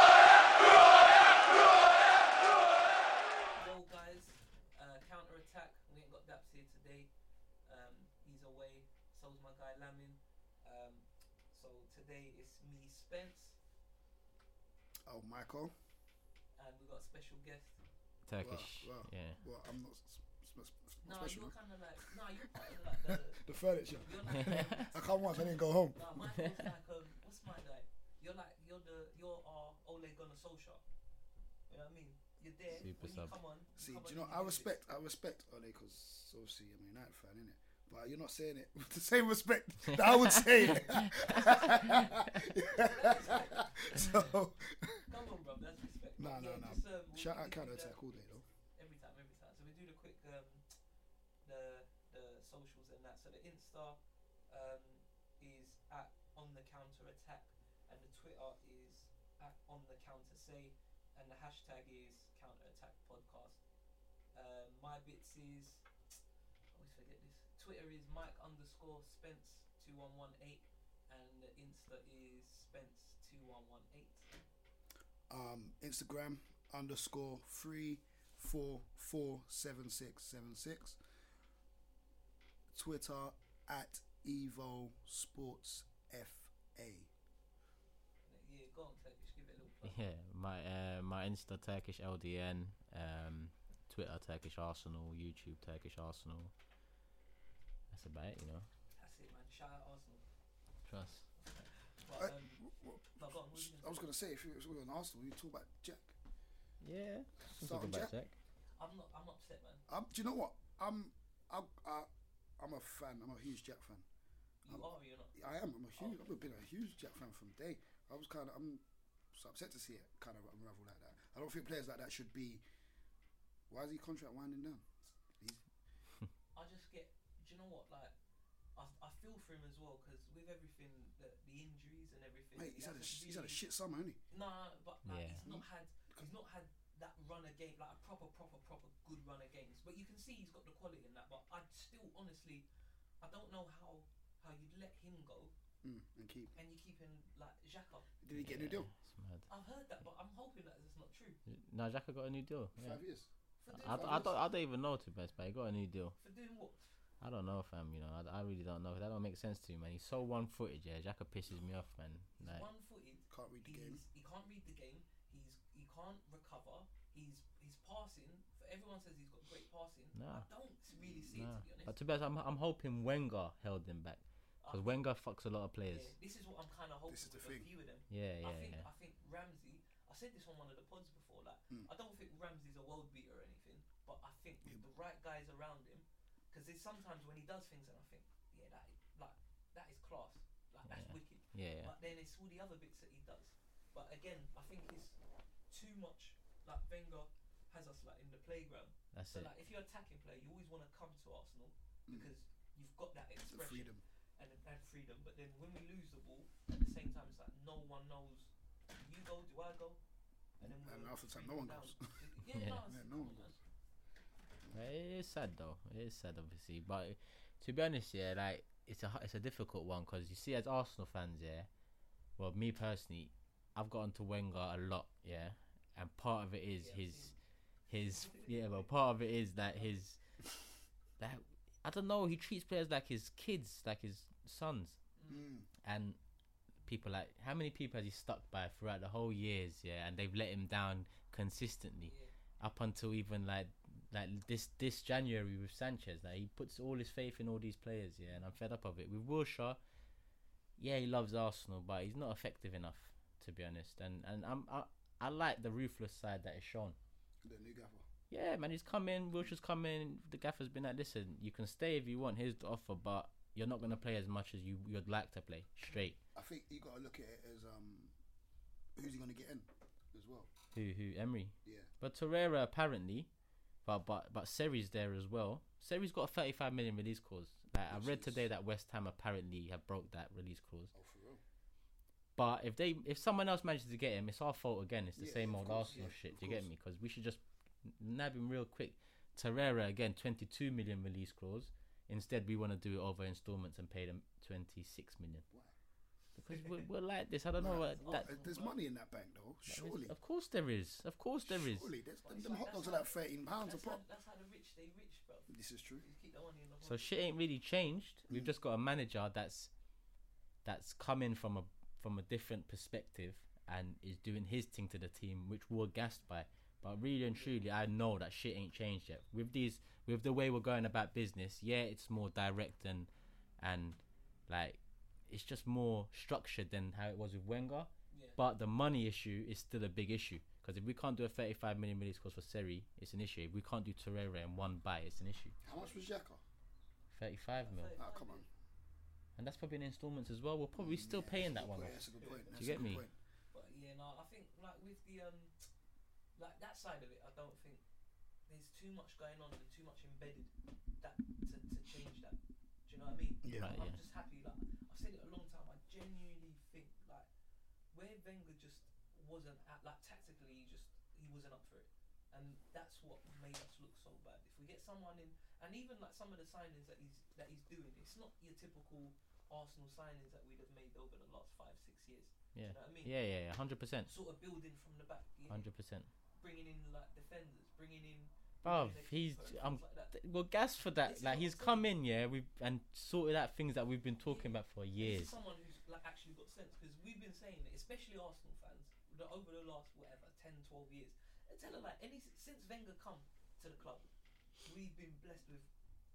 uh, Um, it's me, Spence, Oh, Michael. and we got a special guest. Turkish. wow. Yeah. Well, I'm not s- s- s- No, special. you're kind of like, no, you're kind of like the. The furniture. You're like, I can't watch. I didn't go home. no, Michael's like, um, what's my guy? You're like, you're the, you're our Ole Gunnar Solskjaer. You know what I mean? You're there. Super when sub. You come on, See, come do you on, can know? I do respect. I respect Ole because obviously I'm a United fan, innit? But you're not saying it with the same respect that I would say it. so, this. Come on, bro, that's respect. No, But no, yeah, no. just, um, we'll shout out give you the- Canada Tech all day though. Every time, every time. So we do the quick, um, the the socials and that. So the Insta um, is at on the counter attack, and the Twitter is at on the counter say, and the hashtag is counter attack podcast. Um, my bits is I always forget this. Twitter is Mike underscore Spence two one one eight, and the Insta is Spence two one one eight. Um, Instagram underscore three four four seven six seven six. Twitter at Evo Sports FA. Yeah, go on, Turkish, give it a little plug. Yeah, my uh, my Insta Turkish LDN, um, Twitter Turkish Arsenal, YouTube Turkish Arsenal. That's about it, you know. That's it, man. Shout out Arsenal. Trust. But, Uh, um, no, go on, what were you I gonna was gonna say if you were on Arsenal, you talk about Jack. Yeah. Start on Jack. say? I'm not. I'm upset, man. Um, do you know what? I'm, I'm, I, I'm a fan. I'm a huge Jack fan. You I'm- are. or You're not. I am. I'm a huge. I've been a huge Jack fan from day. I was kind of. I'm so upset to see it kind of unravel like that. I don't think players like that should be. Why is he contract winding down? I just get. Do you know what? Like, I, I feel for him as well because with everything that the injuries and everything. Mate, he's had a hasn't he's had a really- shit summer, hasn't he? No, no, but like, Yeah. he's not had. He's not had that run of game, like a proper, proper, proper good run of games. But you can see he's got the quality in that. But I still, honestly, I don't know how how you'd let him go Mm, and keep. and you're keeping like Xhaka. Did he get a new deal? It's mad. I've heard that, but I'm hoping that it's not true. No, Xhaka got a new deal. Yeah. Five years. For doing, five I, I, I, years. don't, I don't even know to best, but he got a new deal. for doing what? I don't know, fam. You know, I, I really don't know. That don't make sense to me, man. He's so one footed, yeah. Xhaka pisses me off, man. He's Like, one-footed. Can't read the game. He's, he can't read the game. He's he can't recover. He's he's passing. For everyone says he's got great passing. Nah. I don't really see it nah. to be honest. But to be honest, I'm, I'm hoping Wenger held him back because I- Wenger fucks a lot of yeah, players. this is what I'm kind of hoping This is the with thing. a few of them. Yeah, yeah, I think yeah. I think Ramsey. I said this on one of the pods before. Like Mm. I don't think Ramsey's a world beater or anything, but I think with the right guys around him, because there's sometimes when he does things and I think, yeah, that like that is class. Like that's Yeah. wicked. Yeah, yeah. But then it's all the other bits that he does. But again, I think it's too much. Like Wenger has us like in the playground. That's So it. like if you're attacking player, you always want to come to Arsenal Mm. because you've got that The expression freedom. And, and freedom. But then when we lose the ball, at the same time, it's like no one knows. Do you go? Do I go? And then And we're half the time, no three one down. goes. Yeah, Yeah. no, it's- come on, Yeah, no one man. goes. Like, It is sad though. It is sad, obviously. But to be honest, yeah, like it's a hu- it's a difficult one because you see, as Arsenal fans, yeah. Well, me personally, I've gotten to Wenger a lot, yeah, and part of it is Yeah, I've his, his yeah, but part of it is that his, that I don't know, he treats players like his kids, like his sons, Mm. and people like how many people has he stuck by throughout the whole years, yeah, and they've let him down consistently Yeah. up until even like like this this January with Sanchez. Like he puts all his faith in all these players, yeah, and I'm fed up of it. With Wilshere, yeah, he loves Arsenal, but he's not effective enough, to be honest. And and I'm I, I like the ruthless side that is shown. The new gaffer. Yeah, man, he's come in. Wilshere's come in. The gaffer's been like, listen, you can stay if you want. Here's the offer, but you're not gonna play as much as you you'd like to play. Straight. I think you got to look at it as um, who's he gonna get in as well. Who who Emery? Yeah. But Torreira apparently, but but but Seri's there as well. Seri's got a 35 million release clause. Like, I Which read is- today that West Ham apparently have broke that release clause. Oh, for real. But if they if someone else manages to get him, it's our fault again. It's the Yeah, same of old course, Arsenal yeah, shit. of Do you get course. me? Because we should just nab him real quick. Torreira again, 22 million release clause. Instead, we want to do it over installments and pay them 26 million. Why? Because we're, we're like this. I don't Nah, know it's what not- that. there's money in that bank though. Oh, uh, Surely. Of course there is. Of course there is. Surely, there's, them, It's them like- hot dogs are that's like thirteen pounds a That's how, pop. that's how the rich stay rich, bro. This is true. You keep the money in the So pocket. shit ain't really changed. We've just got a manager that's that's coming from a from a different perspective and is doing his thing to the team, which we're gassed by. But really and truly, I know that shit ain't changed yet. With these, with the way we're going about business, yeah, it's more direct and and like it's just more structured than how it was with Wenger. Yeah. But the money issue is still a big issue because if we can't do a 35 million million cost for Seri, it's an issue. If we can't do Torreira in one buy, it's an issue. How much was Xhaka? 35 mil, Ah, come on. and that's probably in installments as well. We're probably still Yeah, paying that's a that one. good point, That's a off. good point. you that's a get good me? point. But yeah, no, I think like with the um, like that side of it, I don't think there's too much going on and too much embedded that to, to change that. Do you know what I mean? Yeah. Right. I'm yeah. just happy. Like I've said it a long time. I genuinely think like where Wenger just wasn't at like tactically, he just he wasn't up for it, and that's what made us look so bad. If we get someone in, and even like some of the signings that he's that he's doing, it's not your typical Arsenal signings that we'd have made over the last five six years. Yeah. Do you know what I mean? Yeah, yeah, yeah, hundred percent, Sort of building from the back, you know, hundred percent. bringing in like defenders, bringing in. bringing Bruv, in a he's keeper and I'm things like that. th- well gas for that. This is like what he's I'm come in, yeah, we and sorted out things that we've been talking about for This years. is someone who's like actually got sense because we've been saying it, especially Arsenal fans, that over the last whatever 10, 12 years. I tell them like any since Wenger come to the club, we've been blessed with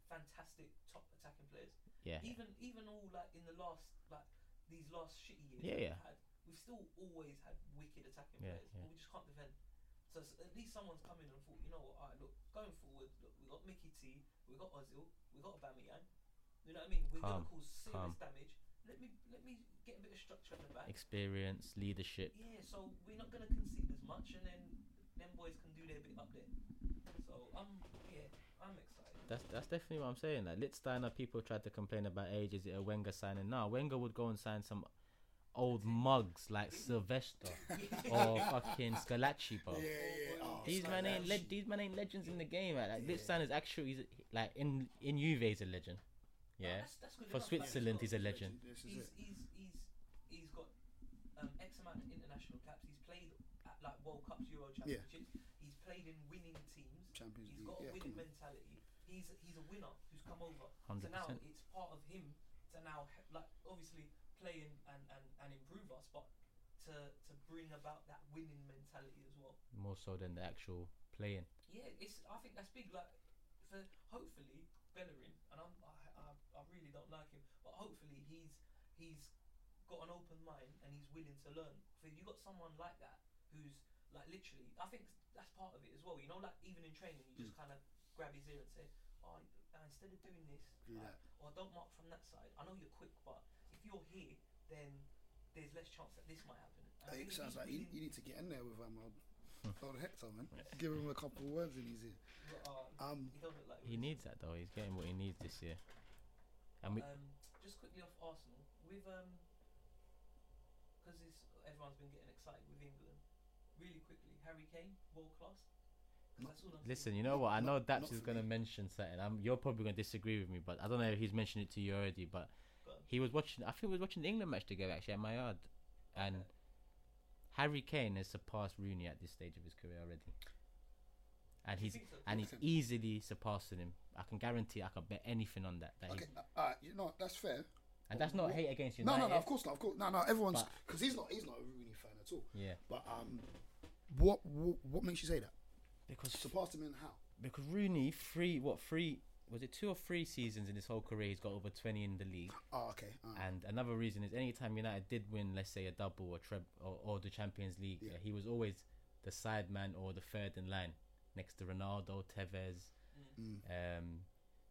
fantastic top attacking players. Yeah, Even even all like in the last like these last shitty years Yeah, that yeah. we've had, we've still always had wicked attacking Yeah, players, yeah. but we just can't defend. So s- at least someone's come in and thought, you know what, alright, look, going forward, look, we got Mickey T, we got Ozil, we got Aubameyang. You know what I mean? We're Calm, gonna cause serious calm. damage. Let me let me get a bit of structure in the back. experience, leadership. Yeah, so we're not gonna concede as much, and then them boys can do their bit up there. So I'm yeah, I'm excited. That's that's definitely what I'm saying. Like Litsteiner, people tried to complain about age. Is it a Wenger signing? Nah, Wenger would go and sign some old mugs like Sylvester or oh, fucking Scalacci, bro. Yeah, yeah. Oh, These Sky man ain't Lounge. le- these man ain't legends in the game. Like, like Yeah. Litsteiner's actually he's, like in in Juve is a legend. No, Yeah, that's- that's good for enough, like, Switzerland he's he's a legend. This is he's it. he's he's he's got um, X amount of international caps. He's played at like World Cups, Euro Yeah. Championships. He's played in winning teams. Champions He's League. got a Yeah, come winning on. mentality. He's he's a winner who's come over. So Hundred now percent. it's part of him to now he- like obviously play and, and, and, and improve us, but to to bring about that winning mentality as well. More so than the actual playing. Yeah, it's. I think that's big. Like, for hopefully Bellerin, and I'm, I, I, I really don't like him, but hopefully he's he's got an open mind and he's willing to learn. So you got someone like that who's like literally. I think that's part of it as well. You know, like even in training, you Mm. just kind of grab his ear and say, "Oh, uh, instead of doing this, Do like, that. or don't mark from that side. I know you're quick, but if you're here, then there's less chance that this might happen." And I Hey, think he's sounds like you, willing- you need to get in there with um, Hmm. old, old Hector, man. Give him a couple words in his ear. uh, Um, he don't look like He needs that though. He's getting what he needs this year. And we Um, just quickly off Arsenal, with um, because everyone's been getting excited with England. Really quickly, Harry Kane, world class. 'Cause No, that's all I'm listen. seeing. You know what? I know Not- not Daps is for gonna me. mention something. I'm, you're probably gonna disagree with me, but I don't know if he's mentioned it to you already. But Go on. he was watching. I think he was watching the England match together actually at my yard, and Okay. Harry Kane has surpassed Rooney at this stage of his career already. And Do you he's think so? and he's easily surpassing him. I can guarantee. I can bet anything on that. that Okay, he's, uh, alright, you know that's fair. and that's not What- hate against No, United. no, no. Of course not. Of course, no, no. Everyone's But- because he's not. He's not a Rooney fan at all. Yeah, But um, what what, what makes you say that? because Surpassed him in how? because Rooney three what three was it two or three seasons in his whole career he's got over twenty in the league. Oh, okay. alright. And another reason is anytime United did win, let's say a double or treb or, or the Champions League, Yeah. yeah, he was always the side man or the third in line next to Ronaldo, Tevez. Mm. Um,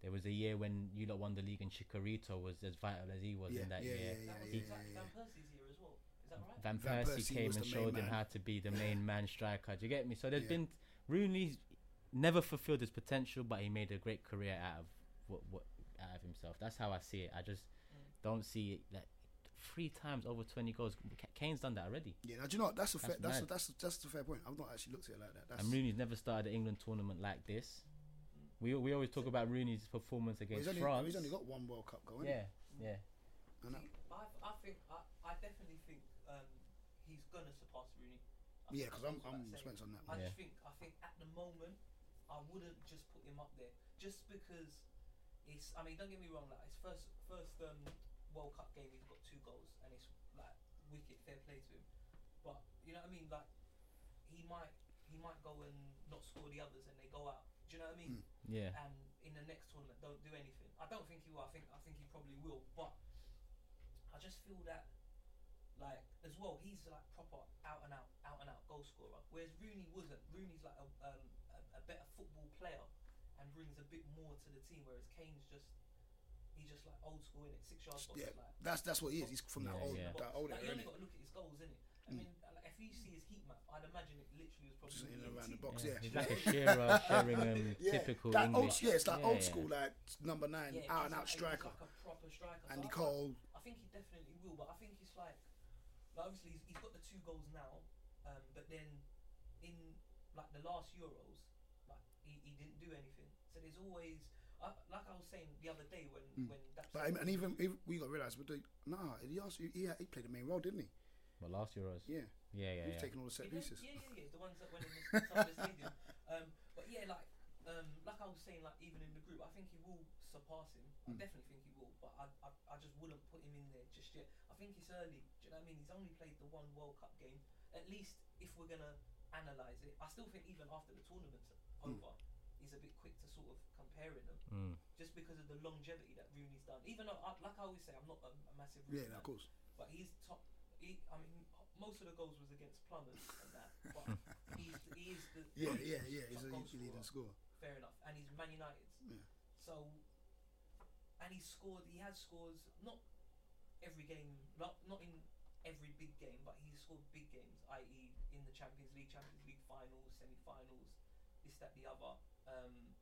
there was a year when you lot won the league and Chikorito was as vital as he was yeah, in that yeah, year. yeah, yeah, That was yeah, Van, yeah, Van Persie's here as well. Is that right? Van Van Persie, Persie came was and the showed main him man. how to be the main man striker. Do you get me? So there's Yeah. been Rooney's never fulfilled his potential, but he made a great career out of what what out of himself. That's how I see it. I just don't see it like three times over twenty goals. K- Kane's done that already, yeah. now, Do you know what? that's a That's fair that's a, mad. that's a, that's a fair point. I've not actually looked at it like that. That's and Rooney's never started an England tournament like this. We we always talk about Rooney's performance well, against he's only France. he's only got one World Cup going. yeah, yeah. And that, See, I, I think I, I definitely think um, he's gonna surpass Rooney. I think yeah, because that's I'm what I'm saying. spent on that I one. Yeah. just think I think at the moment I wouldn't just put him up there just because it's I mean don't get me wrong like his first first um, World Cup game he's got two goals and it's like wicked fair play to him. But you know what I mean? Like he might he might go and not score the others, and they go out. Do you know what I mean? Yeah. and um, in the next tournament don't do anything. I don't think he will. I think I think he probably will, but I just feel that like as well he's like proper out and out out and out goal scorer, whereas Rooney wasn't. Rooney's like a, um, a, a better football player and brings a bit more to the team, whereas Kane's just he's just like old school in it, six yards box Yeah, like. that's that's what he is. He's from that Yeah, old yeah. that old like, you era, only isn't it? got to look at his goals, innit? I mean, uh, like, if you see his heat map, I'd imagine it literally was probably Just in ENT. and around the box, yeah. yeah. He's like a Shearer, Sheringham, Yeah, typical that English. old, yeah, it's like Yeah, old yeah. school, like number nine, Yeah, out he's and like- out he's striker, like a proper striker. So Andy I- Cole. I think he definitely will, but I think it's like, like obviously he's, he's got the two goals now, um, but then in like the last Euros, like he, he didn't do anything. So there's always, I like I was saying the other day when when that Hmm. But I mean, and even, even we got to realize, but the, nah, he also he, he played the main role, didn't he? Well, last Euros. Yeah, Yeah, he yeah, was yeah. taking all the set yeah, pieces. yeah, yeah, yeah, the ones that went in the, some of the stadium. Um, but yeah, like um, like I was saying, like even in the group, I think he will surpass him. Hmm. I definitely think he will, but I, I I just wouldn't put him in there just yet. I think it's early. Do you know what I mean? He's only played the one World Cup game. At least if we're gonna analyze it, I still think even after the tournament's Hmm. over, he's a bit quick to sort of comparing them Mm. just because of the longevity that Rooney's done. Even though, I, like I always say, I'm not a, a massive Rooney Yeah, no, fan, of course. but he's top. He, I mean, most of the goals was against plumbers and that. But he's the, he is the Yeah, yeah, yeah. He's top a goal he's a leading scorer. scorer. Fair enough, and he's Man United. Yeah. So, and he scored. He has scored not every game, not not in every big game, but he's scored big games, i.e., in the Champions League, Champions League finals, semi-finals, this, that, the other. Um,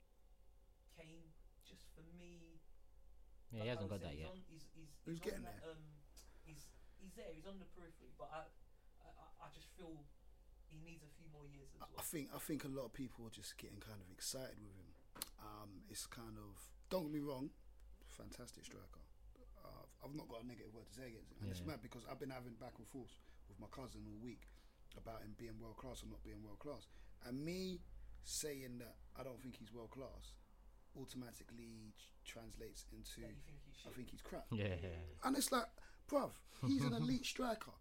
Kane, just for me, Yeah, like he I hasn't was got saying, that yet. He's, on, he's, he's, He's on getting that, Um, he's he's there. He's on the periphery, but I I, I- I just feel he needs a few more years as I, I well. think I think a lot of people are just getting kind of excited with him. Um, it's kind of don't get me wrong, fantastic striker. Uh, I've not got a negative word to say against him, and it's Yeah. mad because I've been having back and forth with my cousin all week about him being world class or not being world class, and me saying that I don't think he's world class automatically tr- translates into That you think he I should. think he's crap. Yeah, yeah. And it's like, bruv, he's an elite striker.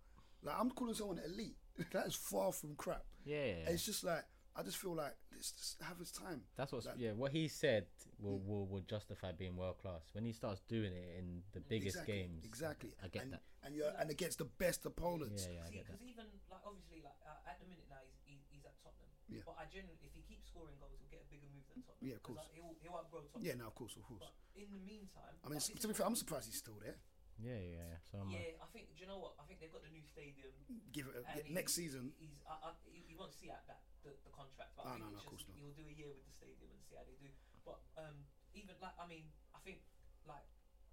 Like I'm calling someone elite. that is far from crap. Yeah, yeah. And it's just like I just feel like let's just have his time. That's what's Like- yeah. What he said will, will will justify being world class when he starts doing it in the biggest exactly, games. Exactly. I get and, that. And you're and against the best opponents. Yeah, yeah, I See, get that. because even like obviously like uh, at the minute now he's, he, he's at Tottenham. Yeah. But I genuinely, if he keeps scoring goals, he'll get a bigger move than Tottenham. Yeah, of 'cause, course. Like, he'll he'll outgrow Tottenham. Yeah, no, of course, of course. But in the meantime, I mean, like, it's, this to be is- fair, I'm surprised he's still there. Yeah, yeah, yeah. So am I. yeah, I think. Do you know what? I think they've got the new stadium. Give it and a, yeah, he- next season. He's, I, I, he he won't see out that the, the contract, but No, I think no, it's no, of just course not. he'll do a year with the stadium and see how they do. But um, even like I mean, I think like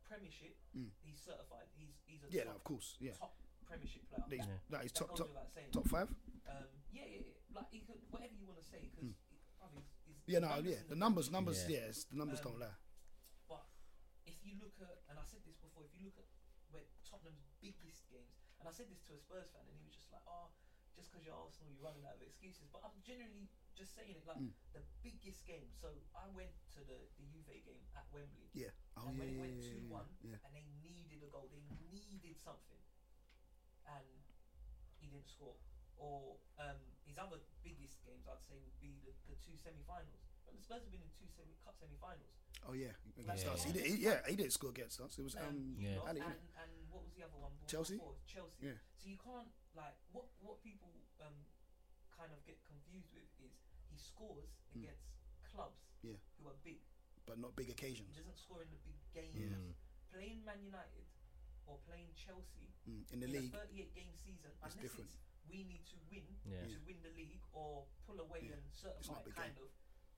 Premiership, Mm. he's certified. He's he's a Yeah, no, top, of course. Yeah, top Premiership player. that That- he's, Yeah. that he's that top goes top without saying. top five. Um, yeah, yeah, yeah, like he could whatever you want to say because Mm. Yeah, no, yeah. The numbers, numbers, Yeah. yeah, it's, the numbers Um, don't lie. But if you look at, and I said this before, if you look at where Tottenham's biggest games, and I said this to a Spurs fan, and he was just like, "Oh, just because you're Arsenal, you're running out of excuses." But I'm generally just saying it like Mm. the biggest game. So I went to the the Juve game at Wembley, Yeah. Oh and yeah, when it yeah, went yeah, two one, Oh, yeah, and they needed a goal, they needed something, and he didn't score. Or um, his other biggest games, I'd say, would be the, the two semi-finals. But the Spurs have been in two semi cup semi-finals. yeah. Oh yeah, against Yeah. us. He did, he, yeah, he didn't score against us. It was um, you Yeah. lot, Ali, and, wasn't it? and what was the other one? What was Chelsea? before? Chelsea. Yeah. So you can't like what what people um kind of get confused with is he scores against clubs Hmm. Yeah. who are big. but not big He occasions. doesn't score in the big games. Mm. Playing Man United or playing Chelsea Mm, in the in league, a 38 game season, It's unless different. it's we need to win Yeah. to win the league or pull away Yeah. and It's not certify a big kind of.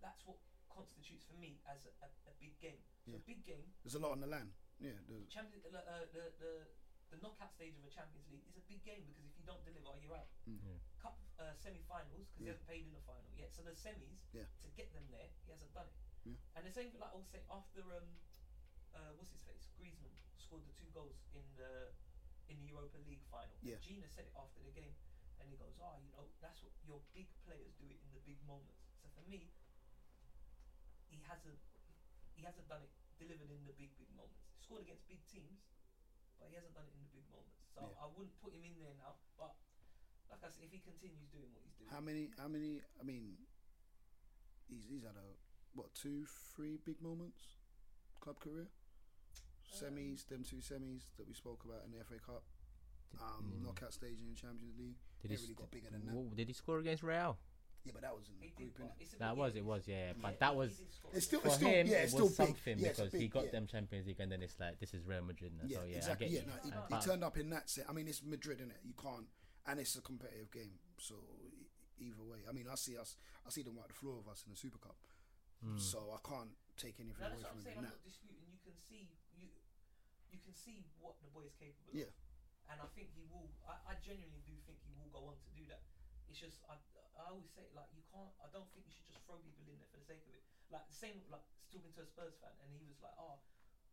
That's what constitutes for me as a, a, a big game. So Yeah. a big game there's a lot on the line. Yeah, there's, Champions, uh, uh, the, the the knockout stage of a Champions League is a big game because if you don't deliver, you're out. Mm. Yeah. Cup uh, semi-finals because he Yeah. hasn't played in the final yet. So the semis Yeah. to get them there, he hasn't done it. Yeah. And the same for like I was saying after um, uh, what's his face, Griezmann scored the two goals in the in the Europa League final. Yeah. Gina said it after the game, and he goes, "Ah, you know, that's what your big players do it in the big moments." So for me, he hasn't he hasn't done it delivered in the big big moments. He scored against big teams, but he hasn't done it in the big moments. So Yeah. I wouldn't put him in there now. But like I said, if he continues doing what he's doing, How many? How many? I mean, he's he's had a what two, three big moments, club career, Um, semis, them two semis that we spoke about in the FA Cup, um, Mm. knockout stage in the Champions League. it Did he, really st- got bigger than that. Whoa, did he score against Real? Yeah, but that was in the he did. group, But innit? it's a That bit- was it. Was yeah, but that was he's in Scotland. It's still, for it's still, him. yeah, it it's still was big. something yeah, it's a because big, he got yeah. them Champions League, and then it's like this is Real Madrid now. Yeah, so yeah, Uh, exactly. I Yeah, get no, you. he, I he can't- turned up in that set. I mean, it's Madrid, innit? You can't, and it's a competitive game. So e- either way, I mean, I see us, I see them wipe the floor of us in the Super Cup. Mm. So I can't take anything No, away that's what I'm from saying. him. I'm Now, not disputing. You can see you, you can see what the boy is capable Yeah. of. And I think he will. I, I genuinely do think he will go on to do that. It's just I, I always say like you can't. I don't think you should just throw people in there for the sake of it. Like the same like talking to a Spurs fan and he was like, oh,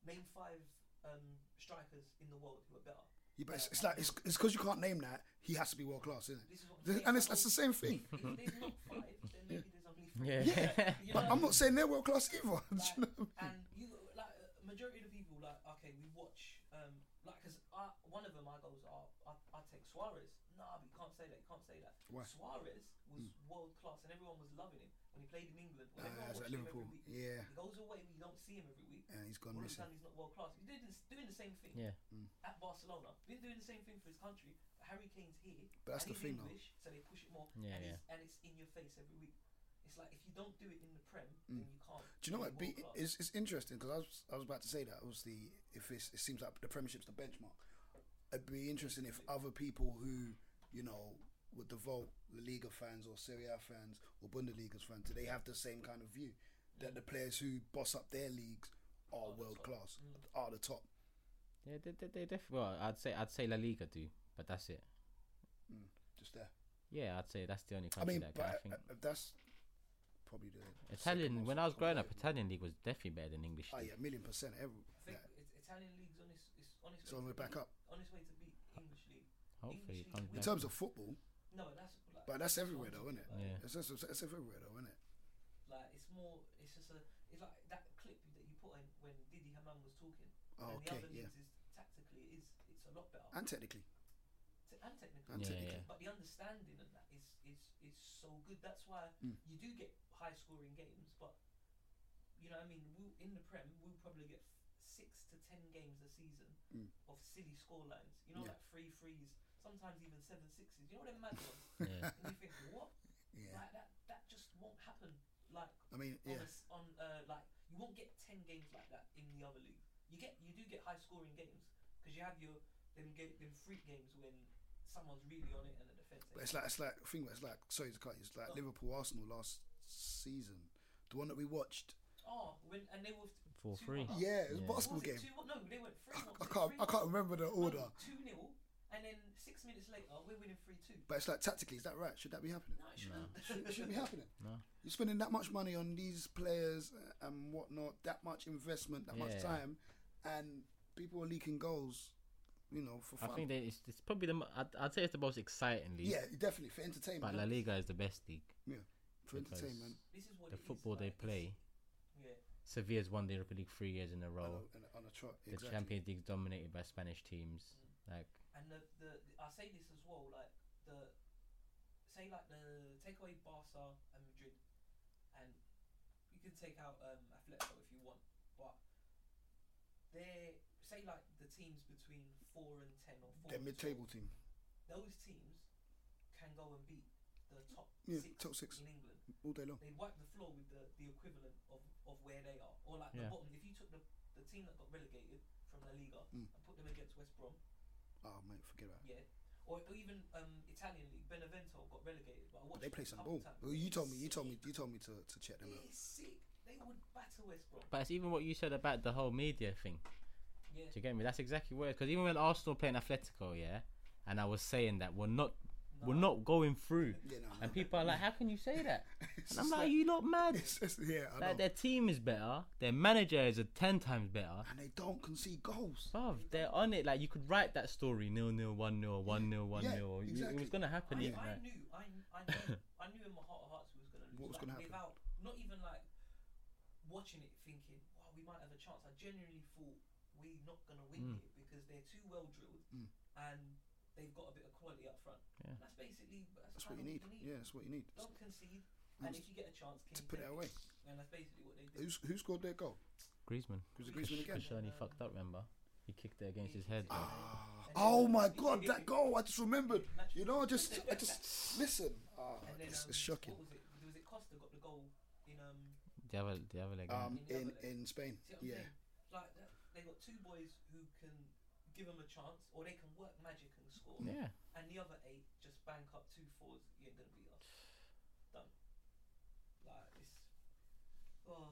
name five um, strikers in the world who are better. yeah, but it's, it's like it's because you can't name that. He has to be world class, isn't it? This is what. I'm Th- saying. And it's, I it's the don't- same thing. If there's not five, then maybe there's only three. Yeah. You But know? I'm not saying they're world class either. Do you know what I and mean? you like a majority of the people like okay we watch um like because one of them I goes oh, I, I take Suarez nah but you can't say that you can't say that Why? Suarez was world class and everyone was loving him when he played in England when Ah, everyone it's watched at him Liverpool. every week Yeah, he goes away we don't see him every week and he's gone all of a missing. sudden he's not world class he's doing, doing the same thing Yeah. Mm. at Barcelona been doing the same thing for his country but Harry Kane's here But that's and the he's thing, though. English, so they push it more Yeah, and, yeah. It's, and it's in your face every week it's like if you don't do it in the Prem Mm. then you can't Do you know be what? Be, world class. it's, it's interesting because I was, I was about to say that. Obviously, if it's, it seems like the Premiership's the benchmark, it'd be interesting if other people who, you know, would devote La Liga fans or Serie A fans or Bundesliga fans, do they have the same kind of view that the players who boss up their leagues are Are the world top. class, Mm. are the top? Yeah, they, they, they def- well, I'd say I'd say La Liga do, but that's it. Just there. Yeah, I'd say that's the only I country mean, that but I uh, think uh, that's probably the second Italian. most When I was growing up, competitive. Italian league was definitely better than English. Oh league. yeah, million percent. Every, I yeah, think it- Italian league's on its, it's on its it's on the to way back beat, up on its way to beat English league. Hopefully, English it comes league in back. terms of football. No, but that's like, But that's what everywhere, I'm though, talking isn't it? about. Yeah. It's, it's, it's everywhere though, isn't it? Like it's more. It's just a. It's like that clip that you put in when Didi Haman was talking. and Oh, the okay, other yeah. leagues is tactically it is it's a lot better And technically. T- and technically. And Yeah, technically. yeah. But the understanding of that is is is so good. That's why Mm. you do get high scoring games, but you know what I mean. We'll, in the Prem, we'll probably get f- six to ten games a season Mm. of silly scorelines. You know, Yeah. like three threes, sometimes even seven sixes. You know what I mad ones? Yeah. and you think what? Yeah. Like that that just won't happen. Like I mean, on, yeah. a s on uh, like you won't get ten games like that in the other league. You get you do get high scoring games because you have your them ga- them freak games when someone's really on it and the defense. But it's like it's like I think it's like sorry to cut you. It's like Oh. Liverpool Arsenal last season, the one that we watched. oh, when and they were two Four three. one up. Yeah, it was Oh. a Yeah. What basketball was it, game. Two, one- no, they went three. I, one, I was it can't three I one? can't remember the order. No, two 0 and then six minutes later we're winning three two. But it's like tactically, is that right? Should that be happening? No, it shouldn't. It shouldn't be happening. No. You're spending that much money on these players uh, and whatnot, that much investment, that much Yeah. time, and people are leaking goals. You know, for I fun. think that it's, it's probably the mo- I'd, I'd say it's the most exciting league. yeah, definitely for entertainment. But La Liga is the best league. for because entertainment. This is what The it is, football they like, it's- play. Yeah, Sevilla's won the Europa League three years in a On row. a, on a- on a trot, The exactly. Champions League's dominated by Spanish teams. Like and the, the the I say this as well. Like the say like the take away Barca and Madrid, and you can take out um, Atletico if you want, but they say like the teams between four and ten or four. They're and mid-table team. 12, Those teams can go and beat the top Yeah, six top six in England. all day long. They wipe the floor with the, the equivalent of, of where they are, or like Yeah. the bottom. If you took the the team that got relegated from La Liga Mm. and put them against West Brom. Oh mate, forget about it. Yeah. Or, or even um, Italian league, Benevento got relegated. But I But watched they it play a some couple ball. times. Well, you told me, you told me, Sick. you told me to, to check them out. It's sick. They would battle West Brom. But it's even what you said about the whole media thing. Yeah. Do you get me? That's exactly where. Because even when Arsenal playing Atletico, yeah, and I was saying that we're not we're Nah. not going through, Yeah, no, and no. people are like, "How can you say that?" It's And I'm just like, "Are you not mad?" it's just- yeah, I Like know. their team is better, their manager is a ten times better. And they don't concede goals. Bruv, they're on it. Like you could write that story nil nil one nil one nil one Yeah, nil. It exactly. was gonna I, happen. innit? I Like, knew, I, kn- I knew, I knew in my heart of hearts we was gonna lose. What was like, gonna happen? Without, not even like watching it, thinking, "Wow, we might have a chance." I genuinely thought we're not gonna win Mm. here because because they're too well drilled Mm. and they've got a bit of quality up front. Yeah. And that's basically that's, That's what kind you of need. Yeah, that's what you need. Don't concede, Mm. and if you get a chance, To can put it away. And that's basically what they did. Who's, who scored their goal? Griezmann. Was Kash- it Griezmann again? Kash- Kashani fucked up, remember? He kicked it against his head. Ah. Oh my god, that goal! I just remembered. Match- You know, I just, I just listen. Ah, And then, it's, um, it's shocking. What was it? Was it Costa got the goal in um? The other, the other leg. Um, in in Spain, See what I'm yeah. saying? Like that, they got two boys who can give them a chance, or they can work magic and score, yeah. and the other eight just bank up two fours. You ain't gonna beat us. Done. Like it's. Oh,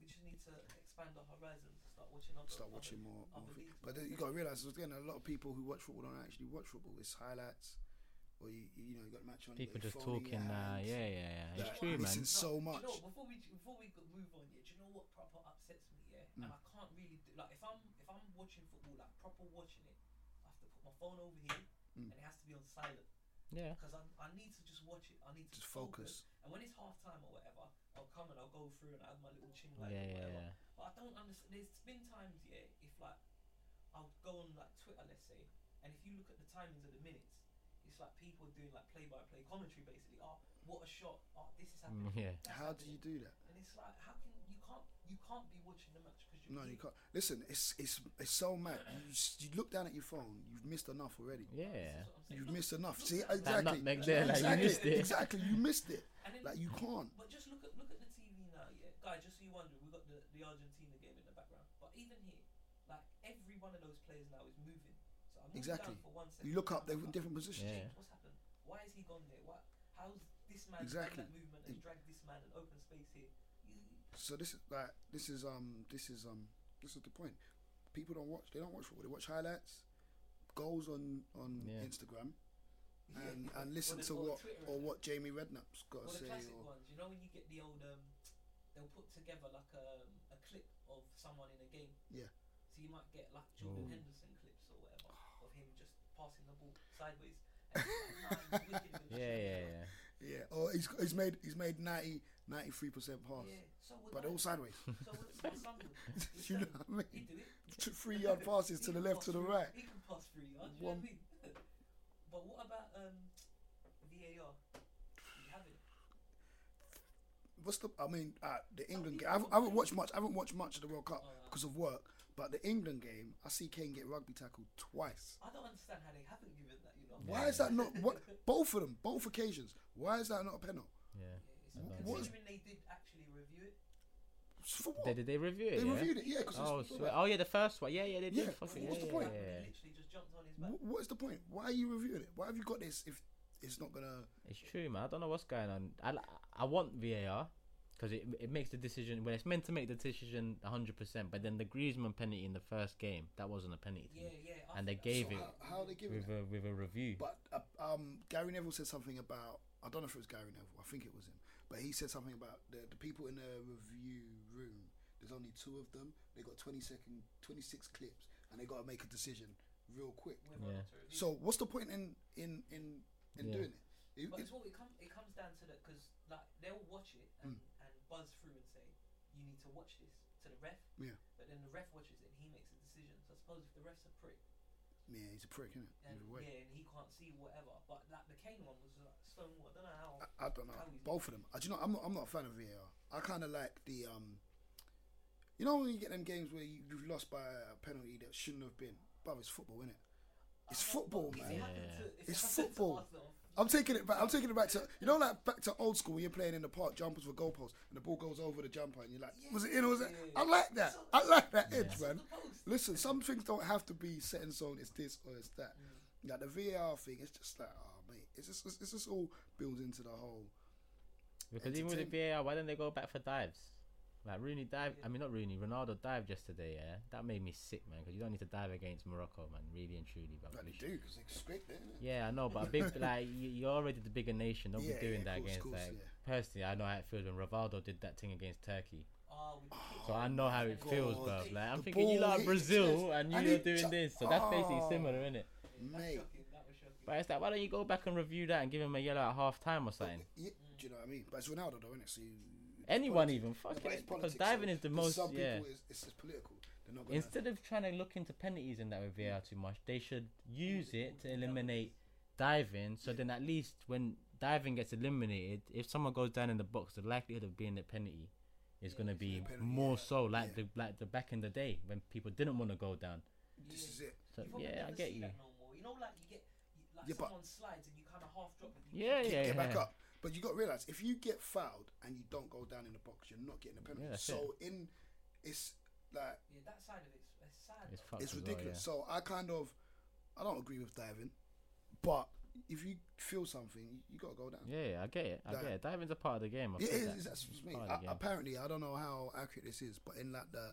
we just need to expand our horizons. Start watching. Other, Start other- watching more. more other fi- leagues, but then you got to realize again, a lot of people who watch football don't actually watch football. It's highlights, or you you know you got a match on. you've People got your just phone in your talking. Uh, hand. yeah, yeah, yeah. Like, It's true, man. listen, so do you much. know, before we before we go- move on, yeah, do you know what proper upsets me? Yeah, and I can't really do, like if I'm if I'm watching football, like proper watching it, I have to put my phone over here, Mm. and it has to be on silent Yeah. because I, I need to just watch it. I need to Just focus. And when it's half time or whatever, I'll come and I'll go through and I have my little chin Yeah, like yeah, whatever. yeah. But I don't understand. There's been times, yeah, if like I'll go on like Twitter, let's say, and if you look at the timings of the minutes, it's like people doing like play-by-play commentary, basically. Oh, what a shot! Oh, this is happening. Mm, yeah. that's How do you happening." do that? And it's like, how can you can't you can't be watching the match because you're No, you eating. can't. Listen, it's it's it's so mad. You s- you look down at your phone. You've missed enough already. This is what I'm Yeah. saying. You've Look- missed enough. look See, at that. exactly. nutmeg there, like, you exactly, missed it. Exactly, you missed it. And then, Like you can't. but just look at look at the TV now, yeah, guys. Just so you wonder, we got the the Argentina game in the background, but even here, like every one of those players now is moving. So I'm looking Exactly. Down for one second, You look down up. They're in for- different positions. Yeah. What's happened? Why has he gone there? Why? How's this man Exactly. done that movement and dragged this man and open space here? You- So this is like this is um this is um this is the point. People don't watch. They don't watch football. They watch highlights, goals on on Yeah. Instagram, and Yeah. and listen Or the- to or the what Twitter or and what Jamie Redknapp's got Well, to the say. classic Or, ones, you know, when you get the old, um, they'll put together like a, a clip of someone in a game. Yeah. So you might get like Jordan Ooh. Henderson clips or whatever of him just passing the ball sideways. And it's like, nah, he's wicked with Yeah, the yeah, shot. yeah. yeah. Or he's he's made he's made 93 percent pass, Yeah, So would but I. all sideways. So would my son would. He's you know seven. what I He'd do mean? it. Two, three yard passes He to the can left pass to the three- right. He can pass three yards. You One- know what I mean? but what about um, VAR? You have it. What's the? I mean, uh, the England game. people I haven't, I don't haven't watched much. I haven't watched much of the World Cup Oh, no. because of work. But the England game, I see Kane get rugby tackled twice. I don't understand how they haven't given that. You know. Why is that not what both of them, both occasions? Why is that not a penalty? yeah. It's Wha- what is- Considering they did actually review it, For what? They, did they review it? They yeah? reviewed it, yeah. Cause Oh, it's, swear. oh yeah, the first one. Yeah, yeah, they did. Yeah, Fuck what's it, the yeah, point? yeah, yeah, yeah. Literally just jumped on his back. wh- what is the point? Why are you reviewing it? Why have you got this if it's not gonna? It's true, man. I don't know what's going on. I, li- I want VAR because it, it makes the decision when it's meant to make the decision 100%. But then the Griezmann penalty in the first game, that wasn't a penalty. to me. Yeah, yeah. I And they think gave that's it. what How, how are they giving With it? a, with a review. But uh, um, Gary Neville said something about I don't know if it was Gary Neville. I think it was him. But he said something about the, the people in the review room. There's only two of them. They got 20 second, 26 clips, and they got to make a decision real quick. we're on Yeah. to review. So what's the point in in in in Yeah. doing it? It- but it- it's what it comes. It comes down to that because like they'll watch it and, Hmm. and buzz through and say, "You need to watch this" to the ref. Yeah. But then the ref watches it and he makes a decision. So I suppose if the ref's a prick, yeah, he's a prick, isn't it? and Either way. yeah, and he can't see whatever. But like the Kane one was like stonewall. I don't know how. I, I don't know. How is it? Both of them. I, do you know? I'm not. I'm not a fan of VAR. I kind of like the um. You know when you get them games where you, you've lost by a penalty that shouldn't have been. But it's football, innit? It's I don't know, football, but if man. it happened Yeah. to- if it It's happened to football. Arsenal, I'm taking it back. I'm taking it back to you know like back to old school when you're playing in the park, jumpers for goalposts, and the ball goes over the jumper, and you're like, was it in or was it? I like that. I like that edge, man. the post. Listen, some things don't have to be set in zone. It's this or it's that. Mm. Like the VAR thing, it's just like, oh mate, it's just it's just all built into the whole. Because even with the VAR, why don't they go back for dives? Like Rooney dive. I mean, not Rooney. Ronaldo dived yesterday. Yeah, that made me sick, man. Because you don't need to dive against Morocco, man. Really and truly, but Like they do because they script it. innit? yeah, I know. But a big like you- you're already the bigger nation. Don't Yeah, be doing yeah, that of course, against. course, like yeah. personally, I know how it feels when Rivaldo did that thing against Turkey. Ah, with the kick. So I know how it feels, God. bro. Like I'm The thinking you ball lot hit are his chest Brazil and and you're he doing ju- this. So that's basically Oh. similar, isn't it? Mate. That's shocking. That was shocking. But it's like, why don't you go back and review that and give him a yellow at half time or something? Yeah, do you know what I mean? But it's Ronaldo, though, isn't it? So you, Anyone politi- even fuck but it, it's because politics, diving so is the for most Some yeah. people, it's, it's just political. The They're not gonna. Instead of trying to look into penalties and that with VAR too much, they should use it to eliminate diving. So then, at least when diving gets eliminated, if someone goes down in the box, the likelihood of being a penalty is going to be Penalty, more yeah. so. Like Yeah. the like the back in the day when people didn't want to go down. this is it. So You probably yeah, I never get see you. that no more. You know, like you get you, like Yeah, but- someone slides and you kind of half drop and you Yeah, Get, yeah, get back yeah. up. But you got to realize if you get fouled and you don't go down in the box, you're not getting a penalty. Yeah, that's so in, it's like yeah, that side of it's, it's sad. It's though. fucked it's as well, ridiculous. So I kind of, I don't agree with diving, but if you feel something, you, you got to go down. yeah. yeah, yeah, I get it. I That- get it. Diving's a part of the game. I've Yeah, said it that. is, that's It's me. part I, of the game. apparently, I don't know how accurate this is, but in like the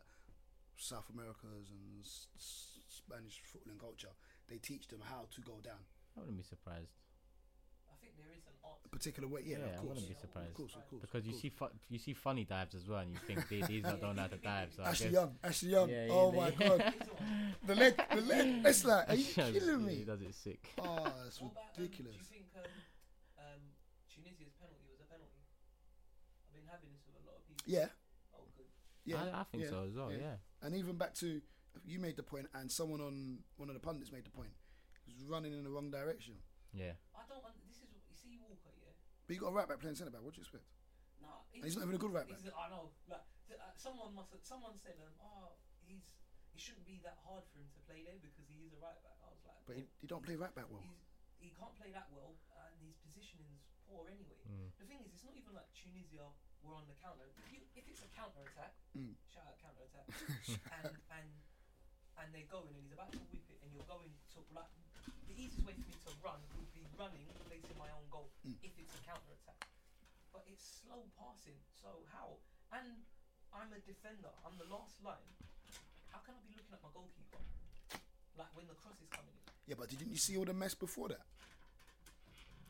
South Americas and s- s- Spanish footballing culture, they teach them how to go down I wouldn't be surprised I think there is an art. a particular way. Yeah, Yeah, of I course, wouldn't be of surprised. course, of course. because of you course. see fu- you see funny dives as well, and you think "They- these are don't know how to dive. So I Ashley guess- Young, Ashley Young. Yeah, yeah, oh yeah. my god, It's art. the leg, the leg. It's like, are you Yeah, killing He me? does it sick. Oh, it's What about, um, ridiculous. do you think um, um, Tunisia's penalty was a penalty? I've been having this with a lot of people. Yeah, Oh, good. yeah. I, I think yeah, so as well. yeah. Yeah. And even back to you made the point, and someone on one of the pundits made the point. He was running in the wrong direction. yeah, I don't. un- This is you see Walker, yeah. But you got a right back playing centre back. What do you expect? No, And he's not even a good right back. He's, I know. Like, th- uh, someone must. Have, someone said, um, "Oh, he's. It shouldn't be that hard for him to play there because he is a right back." I was like, But he, he don't play right back well. he's, he can't play that well, and his positioning's poor anyway. Hmm. Mm. The thing is, it's not even like Tunisia were on the counter. If, you, if it's a counter attack, Mm. shout out counter attack, and and and they're going, and he's about to whip it, and you're going to like the easiest way for me to run would be running, placing my own goal Mm. if it's a counter attack. But it's slow passing, so how? And I'm a defender. I'm the last line. How can I be looking at my goalkeeper? Like when the cross is coming in. Yeah, but didn't you see all the mess before that?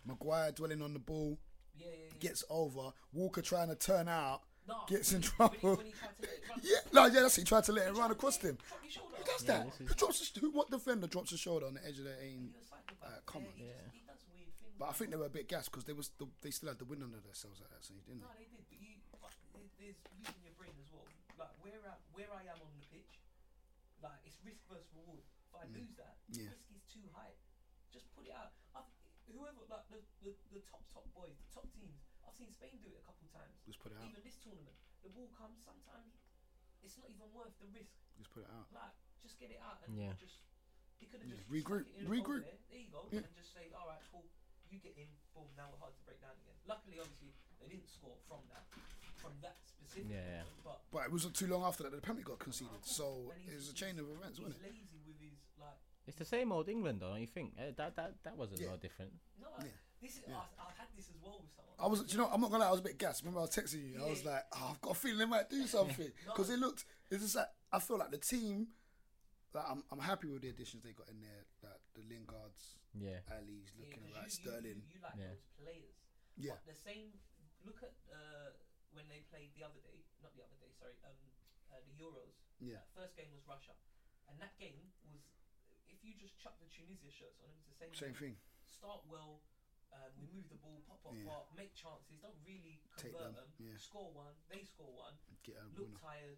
Maguire dwelling on the ball, Yeah, yeah, yeah. gets over. Walker trying to turn out, Nah, gets in when he- trouble. when he tried to let it run- Yeah, no, yeah, that's it. He tried to let it run across him. Drop your shoulder. Who does Yeah, that? this is- Who drops? His, who? What defender drops his shoulder on the edge of their aim? He was psychopath. Uh, come yeah, on. He, just, he does weird things. But I think they were a bit gassed because they was the, they still had the wind under themselves at that stage, didn't no, they? they did. But you, but there- there's using your brain as well. Like where I, where I am on the pitch, like it's risk versus reward. If I lose that, Yeah. risk is too high. Just put it out. I've, whoever, like the, the the top top boys, the top teams. I've seen Spain do it a couple times. Just put it out. Even this tournament, the ball comes. Sometimes it's not even worth the risk. Just put it out. Like, just get it out and Yeah. just. He could have Yeah, just regroup, stuck it in regroup. over There. there you go, Yeah. and just say, all right, cool. You get in, boom. Now we're hard to break down again. Luckily, obviously, they didn't score from that, from that specific. Yeah, yeah. moment, But But it wasn't too long after that that the penalty got conceded. So And it he's- was a chain of events, he's wasn't it? lazy with his like. It's the same old England, though. Don't you think Eh, that that that wasn't Yeah. no different? No, Yeah, this is. yeah. Oh, I, I had this as well with someone. I was, do you know, I'm not gonna lie, I was a bit gassed. Remember, I was texting you. I was Yeah. like, oh, I've got a feeling they might do something because it looked. It's just like I feel like the team. Like I'm, I'm happy with the additions they got in there. Like the Lingards, Yeah, Ali's Yeah, looking 'cause you, right, you, Sterling. you, you like Yeah. those players. Yeah, But the same. Look at uh, when they played the other day. Not the other day. Sorry. Um, uh, the Euros. yeah, That first game was Russia, and that game was if you just chuck the Tunisia shirts on, it was the same. same game. thing. Start well, um, we move the ball, pop, pop, Yeah. pop, make chances, don't really Take convert them. them, yeah. Score one, they score one, Get a look winner. tired,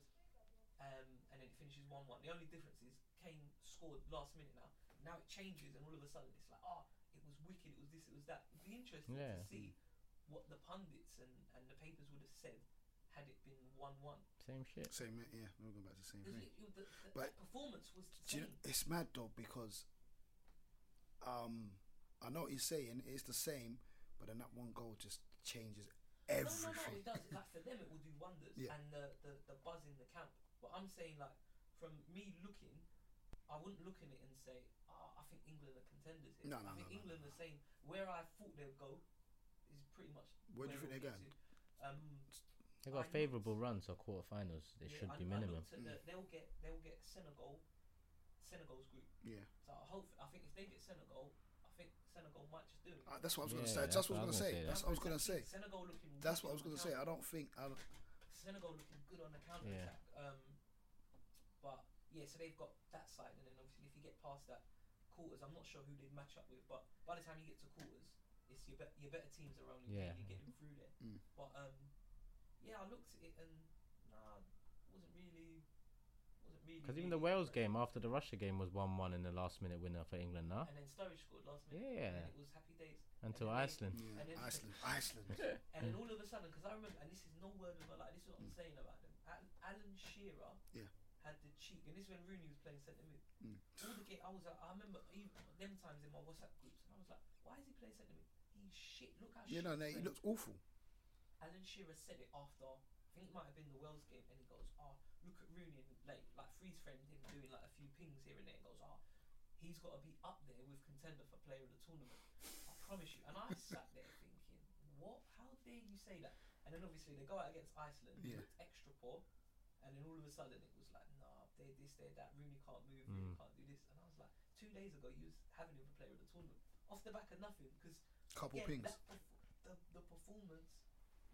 um, and then it finishes one one. The only difference is Kane scored last minute now. Now it changes, and all of a sudden it's like, oh, it was wicked, it was this, it was that. It'd be interesting to Yeah. see what the pundits and, and the papers would have said had it been one one. same shit. Same, yeah. We're going back to the same thing. The, the But- performance was the Do you same. know, it's mad though because um, I know what you're saying. It's the same, but then that one goal just changes No, everything. no, no, it does. Like for them, it will do wonders, Yeah. and the, the the buzz in the camp. But I'm saying, like, from me looking, I wouldn't look in it and say, "Ah, I think England are contenders." Here. No, I no, no, think no, England are saying where I thought they'd go is pretty much. Where do you think we'll they're get to. Um, They I got a favourable run, so quarterfinals they yeah, should I- be I minimum. looked at Mm. the- they'll get they'll get Senegal, Senegal's group. Yeah, So I hope I think if they get Senegal, I think Senegal might just do it. Uh, that's what I was gonna Yeah, say. that's That's what I was gonna what I was say. gonna say, That's what I was gonna say. Senegal looking. That's wicked what I was on gonna the say. counter. I don't think. I don't, Senegal looking good on the counter Yeah. attack. Um, but yeah, so they've got that side, and then obviously if you get past that quarters, I'm not sure who they'd match up with, but by the time you get to quarters, it's your be- your better teams are only Yeah. really getting through there. Mm. But um, yeah, I looked at it and nah, wasn't really wasn't wasn't really. Because even the leading Wales for it. game after the Russia game was 1 1 in the last minute winner for England now. And then Sturridge scored last minute. Yeah. And then it was happy days. and then Until they- Iceland. And Yeah, then- Iceland, Iceland. And then all of a sudden, because I remember, and this is no word of a lie, this is what I'm saying about them. Al Alan Shearer Mm. Yeah. had the cheek, and this is when Rooney was playing centre mid. Mm. All the game, I was like, I remember even them times in my WhatsApp groups, and I was like, why is he playing centre mid? He's shit. Look how Yeah, shit. no, no, he's he playing." looks awful. Alan Shearer said it after I think it might have been the Wales game, and he goes, "Oh, look at Rooney and like like freeze framed him doing like a few pings here and there." And goes, "Oh, he's got to be up there with contender for player of the tournament." I promise you. And I sat there thinking, "What? How dare you say that?" And then obviously they go out against Iceland, Yeah. yeah. looked extra poor, and then all of a sudden it was like, "Nah, they this, they that. Rooney can't move, Rooney Mm. can't do this." And I was like, two days ago you was having him for player of the tournament off the back of nothing because Couple yeah, pings. That perf- the, the performance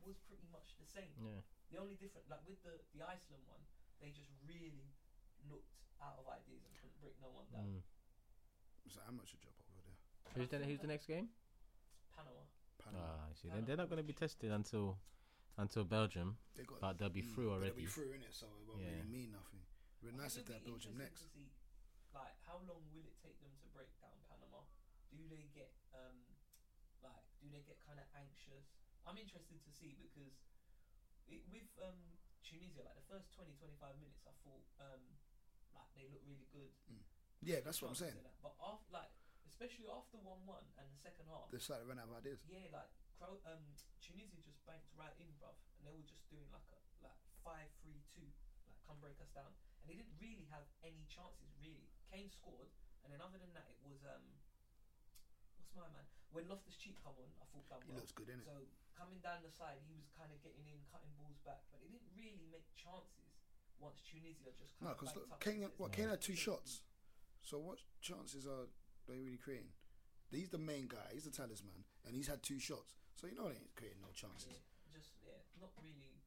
was pretty much the same. Yeah. The only difference, like with the, the Iceland one, they just really looked out of ideas and couldn't break no one down. Mm. It's an amateur job over there. And I Who's, the, feel who's the that next game? Panama. Panama. Ah, I see. Then they're not going to be tested until until Belgium, they got but they'll be Mm, through but already. They'll be through in it, so it won't Yeah. really mean nothing. It'd be I nice think if they it'd be had Belgium interesting next. to see, like, how long will it take them to break down Panama? Do they get um, like, do they get kind of anxious? I'm interested to see because it, with um, Tunisia, like the first 20, 25 minutes, I thought um, like they looked really good. Yeah, that's what I'm chances saying. and that, But after, like, especially after one-one and the second half, They started running out of ideas. yeah, like Cro- um, Tunisia just banked right in, bruv, and they were just doing like a like five three two, like come break us down, and they didn't really have any chances really. Kane scored, and then other than that, it was um, what's my man? When Loftus Cheek come on, I thought done He well. looks good in it. So coming down the side, he was kind of getting in, cutting balls back, but they didn't really make chances. Once Tunisia just kind No, because of Kane, what no- Kane had two shots. So what chances are they really creating? He's the main guy. He's the talisman, and he's had two shots. So you know they ain't creating no chances. Yeah, just yeah, not really.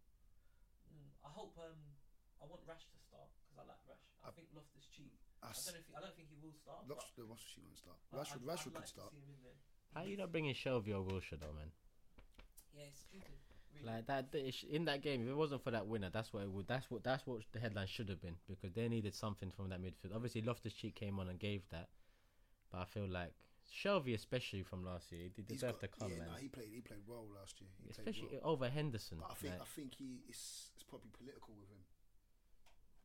Mm, I hope um, I want Rash to start because I like Rash. I Uh, think Loftus Cheek. I Us. don't know if he, I don't think he will start. Lots, but the Ross she won't start. I- I'd- I'd Rashford, Rashford like could to start. see him in there. How you not bringing Shelby or Wilshire though, man? Yeah, it's stupid. Really. Like that that is- in that game, if it wasn't for that winner, that's what it would. That's what that's what the headline should have been because they needed something from that midfield. Obviously, Loftus Cheek came on and gave that, but I feel like Shelby, especially from last year, he He's deserved to got- come, yeah, man. no, he played. He played well last year. He especially played well. over Henderson. But I think like, I think he it's, it's probably political with him.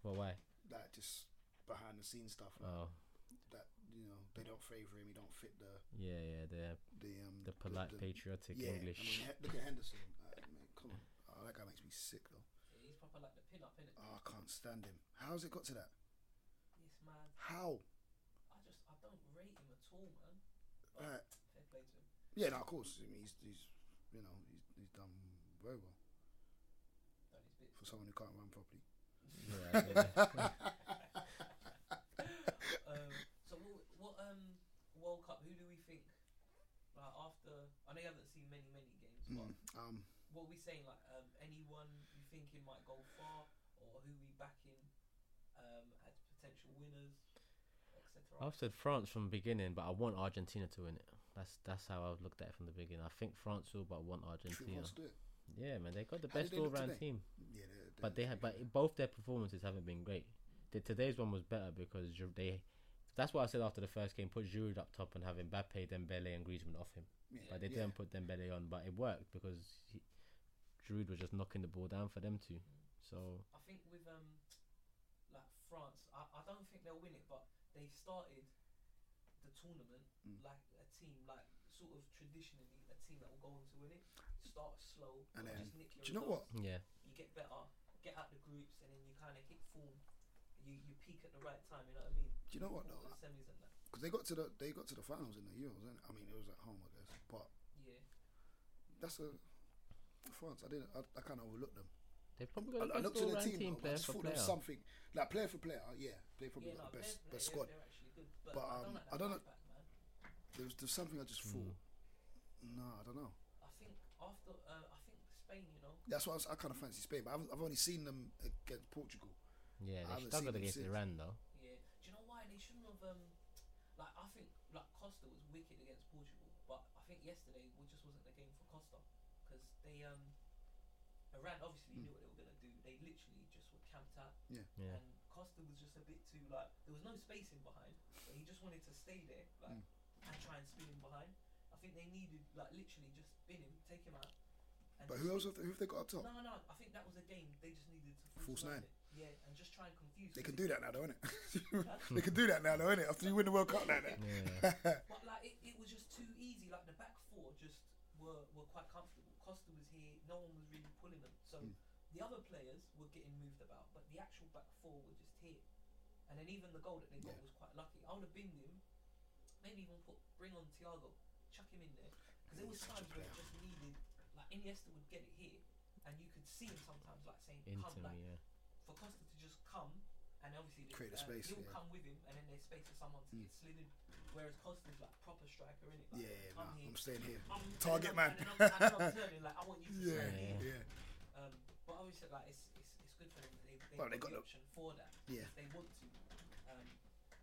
well, why? Like just behind the scenes stuff. Like Oh, That you know they don't favour him. He don't fit the yeah, yeah, the the um the polite, patriotic yeah, English. I mean, he- look at Henderson. Like, man, come on, oh, that guy makes me sick though. Yeah, he's proper like the pin up in it. Oh, I can't stand him. How's it got to that? Yes, man. How? I just I don't rate him at all, man. Fair Uh, play to him. yeah, no, of course. I mean, he's, he's you know he's, he's done very well Done his bit. for someone who can't run properly. yeah, yeah. um, so what, what um World Cup? Who do we think? Like after I know you haven't seen many many games, but Mm, um, what are we saying? Like, um, anyone you thinking might go far, or who we backing um, as potential winners, etc. I've said France from the beginning, but I want Argentina to win it. That's that's how I've looked at it from the beginning. I think France will, but I want True Argentina. wants to do it. Yeah, man, they got the How did best they look all-round today? team. Yeah, they're- But they they're have, pretty but good. both their performances haven't been great. The, today's one was better because Giroud- they. That's what I said after the first game. Put Giroud up top and have Mbappe, Dembele, and Griezmann off him. Yeah, But they yeah. didn't put Dembele on, but it worked because he, Giroud was just knocking the ball down for them two. So I think with um, like France, I, I don't think they'll win it, but they've started the tournament Mm. like a team, like sort of traditionally a team that will go on to win it. Start slow, And but then- just nick your Do you know what? results. yeah, You get better, get out the groups, and then you kind of hit form. You you peak at the right time. You know what I mean? Do you know what All though? the semis and that. Because they got to the they got to the finals in the Euros. didn't they? I mean, it was at home, I guess. But Yeah. that's a France. I didn't. I, I kind of overlooked them. they've probably I, got the I best looked at the all-round team. team, though, but I player just for thought player. there was something like player for player. Yeah, they probably yeah, got the no, best they're- best they're- squad. They're actually good, but, But, I um, don't like I that don't right back, man. There was, there was something I just Hmm. thought. No, I don't know. I think after uh, I think Spain, you know, That's why I, was, I kind of fancy Spain, but I've, I've only seen them against Portugal. Yeah, I haven't they seen struggled them against since. Iran though. yeah. Do you know why they shouldn't have? Um, like I think like Costa was wicked against Portugal, but I think yesterday was- just wasn't the game for Costa because they um. Iran obviously knew what they were gonna do. They literally just were camped out, Yeah. and Costa was just a bit too like there was no space in behind, but he just wanted to stay there like Mm. and try and spin him behind. I think they needed like literally just spin him, take him out. And just- But who else? Have they, who have they got up top? No, no. I think that was a game they just needed to False nine nine. it. Yeah, and just try and confuse. They him. can do that now, though, innit? they can do that now, though, innit? After you win the World Cup like Yeah. that. But like it, it was just too easy. Like the back four just were were quite comfortable. Costa was here, no one was really pulling them. So the other players were getting moved about, but the actual back four were just here. And then even the goal that they got Yeah. was quite lucky. I would have binned him, maybe even put bring on Thiago, chuck him in there, because there was Such a times where it player. just needed like Iniesta would get it here, and you could see him sometimes like saying Into come like me, yeah. for Costa to just come and obviously the- Create a uh, space, He'll yeah. Mm. come with him, and then there's space for someone to get slid in. Whereas Costa's like proper striker, innit? Yeah, Like, nah, come here. I'm staying here. I'm- and Target I'm- man. and I'm- and I'm turning, like, I want you to Yeah, stand here. yeah. Um, but obviously, like it's, it's, it's good for them. that They they Well, they got the got option for that. Yeah. If they want to. Um,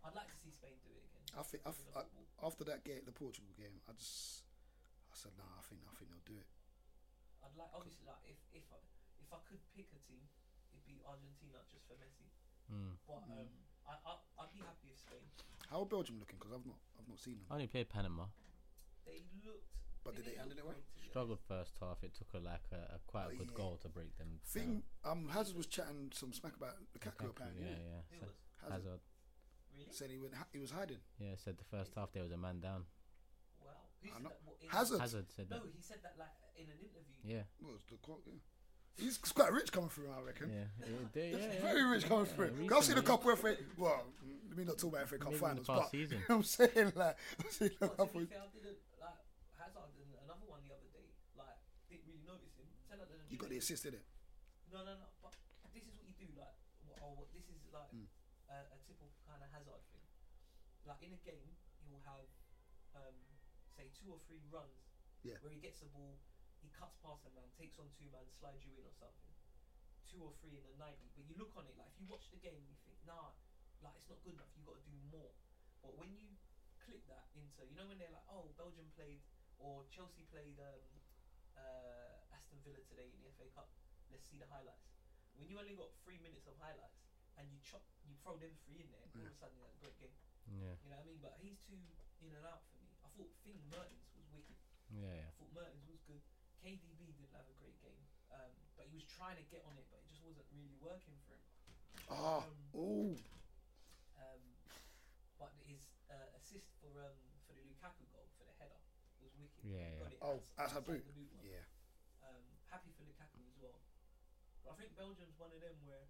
I'd like to see Spain do it again. I think I, with the I, football. after that game, the Portugal game, I just I said, nah, I think I think they'll do it. I'd like obviously like if if I, if I could pick a team, it'd be Argentina just for Messi. Mm. But um, I, I I'd be happy with Spain. How are Belgium looking? Because I've not I've not seen I them. only played Panama. They looked. But did they didn't handle look great, it well? to be honest. Struggled first half. It took a like a, a quite Oh, a good yeah. goal to break them. Thing um Hazard was chatting some smack about Lukaku down. apparently. yeah, innit? yeah. Who So- was? Hazard Hazard. Really? said he went, he was hiding. Yeah, said the first half there was a man down. Wow. Who I'm said not- that? What, in- Hazard Hazard said that. No, he said that like in an interview. Yeah, was the court, yeah. He's quite rich coming through, I yeah, reckon. yeah, yeah, yeah. Very rich coming through. Yeah, 'Cause I've seen a recently. couple FA. Well, let me not talk about FA Cup Maybe in the finals, past but season. I'm saying like I've seen a But to couple. be fair, I didn't like Hazard and another one the other day. Like didn't really notice him. Said that You got the assist in it. No, no, no. But this is what you do. Like, what, oh, what, this is like a, a typical kind of Hazard thing. Like in a game, he will have, um, say, two or three runs Yeah. where he gets the ball, he cuts past a man, takes on two man, slides you in or something. Two or three in the ninety. But you look on it, like if you watch the game, you think, nah, like it's not good enough. You got to do more. But when you click that into, you know, when they're like, oh, Belgium played or Chelsea played um, uh, Aston Villa today in the FA Cup. Let's see the highlights. When you only got three minutes of highlights and you chop, you throw them three in there, all of a sudden you had a great game. yeah, You know what I mean? But he's too in and out for me. I thought Finn Mertens was wicked. I yeah, yeah. thought Mertens was good. KDB didn't have a great game, um, but he was trying to get on it, but it just wasn't really working for him. Ah, oh, Um, but his uh, assist for um, for the Lukaku goal for the header was wicked. He Yeah, got it oh, outs- that's her outside boot. the boot line. Yeah. um, happy for Lukaku as well. But I think Belgium's one of them where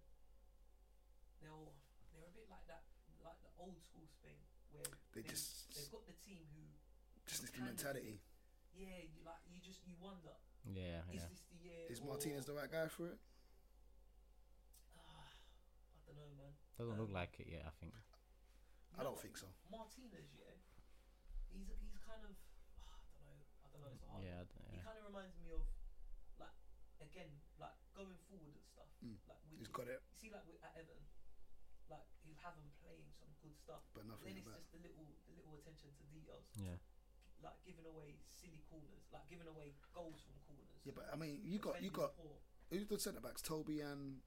they'll they're a bit like that, like the old school Spain, where They just- they've got the team who Just this Kind of. mentality. yeah, you, like you just you wonder yeah, is Oh, yeah. this the year? Is or- Martinez the right guy for it? Ah, I don't know, man. Doesn't Um, look like it yet. I think. I don't think so. Martinez, yeah, he's he's kind of ah, I don't know, I don't know. It's a hard. Yeah, I one. don't- He yeah. kind of reminds me of like again like going forward and stuff. Mm. Like with He's his- got it. You see, like with, at Everton, like he'll have them playing some good stuff, But Then nothing in it's the back. just the little, the little attention to details, yeah. like giving away silly corners, like giving away goals from corners. Yeah, but I mean, you got you got who's the centre backs? Toby and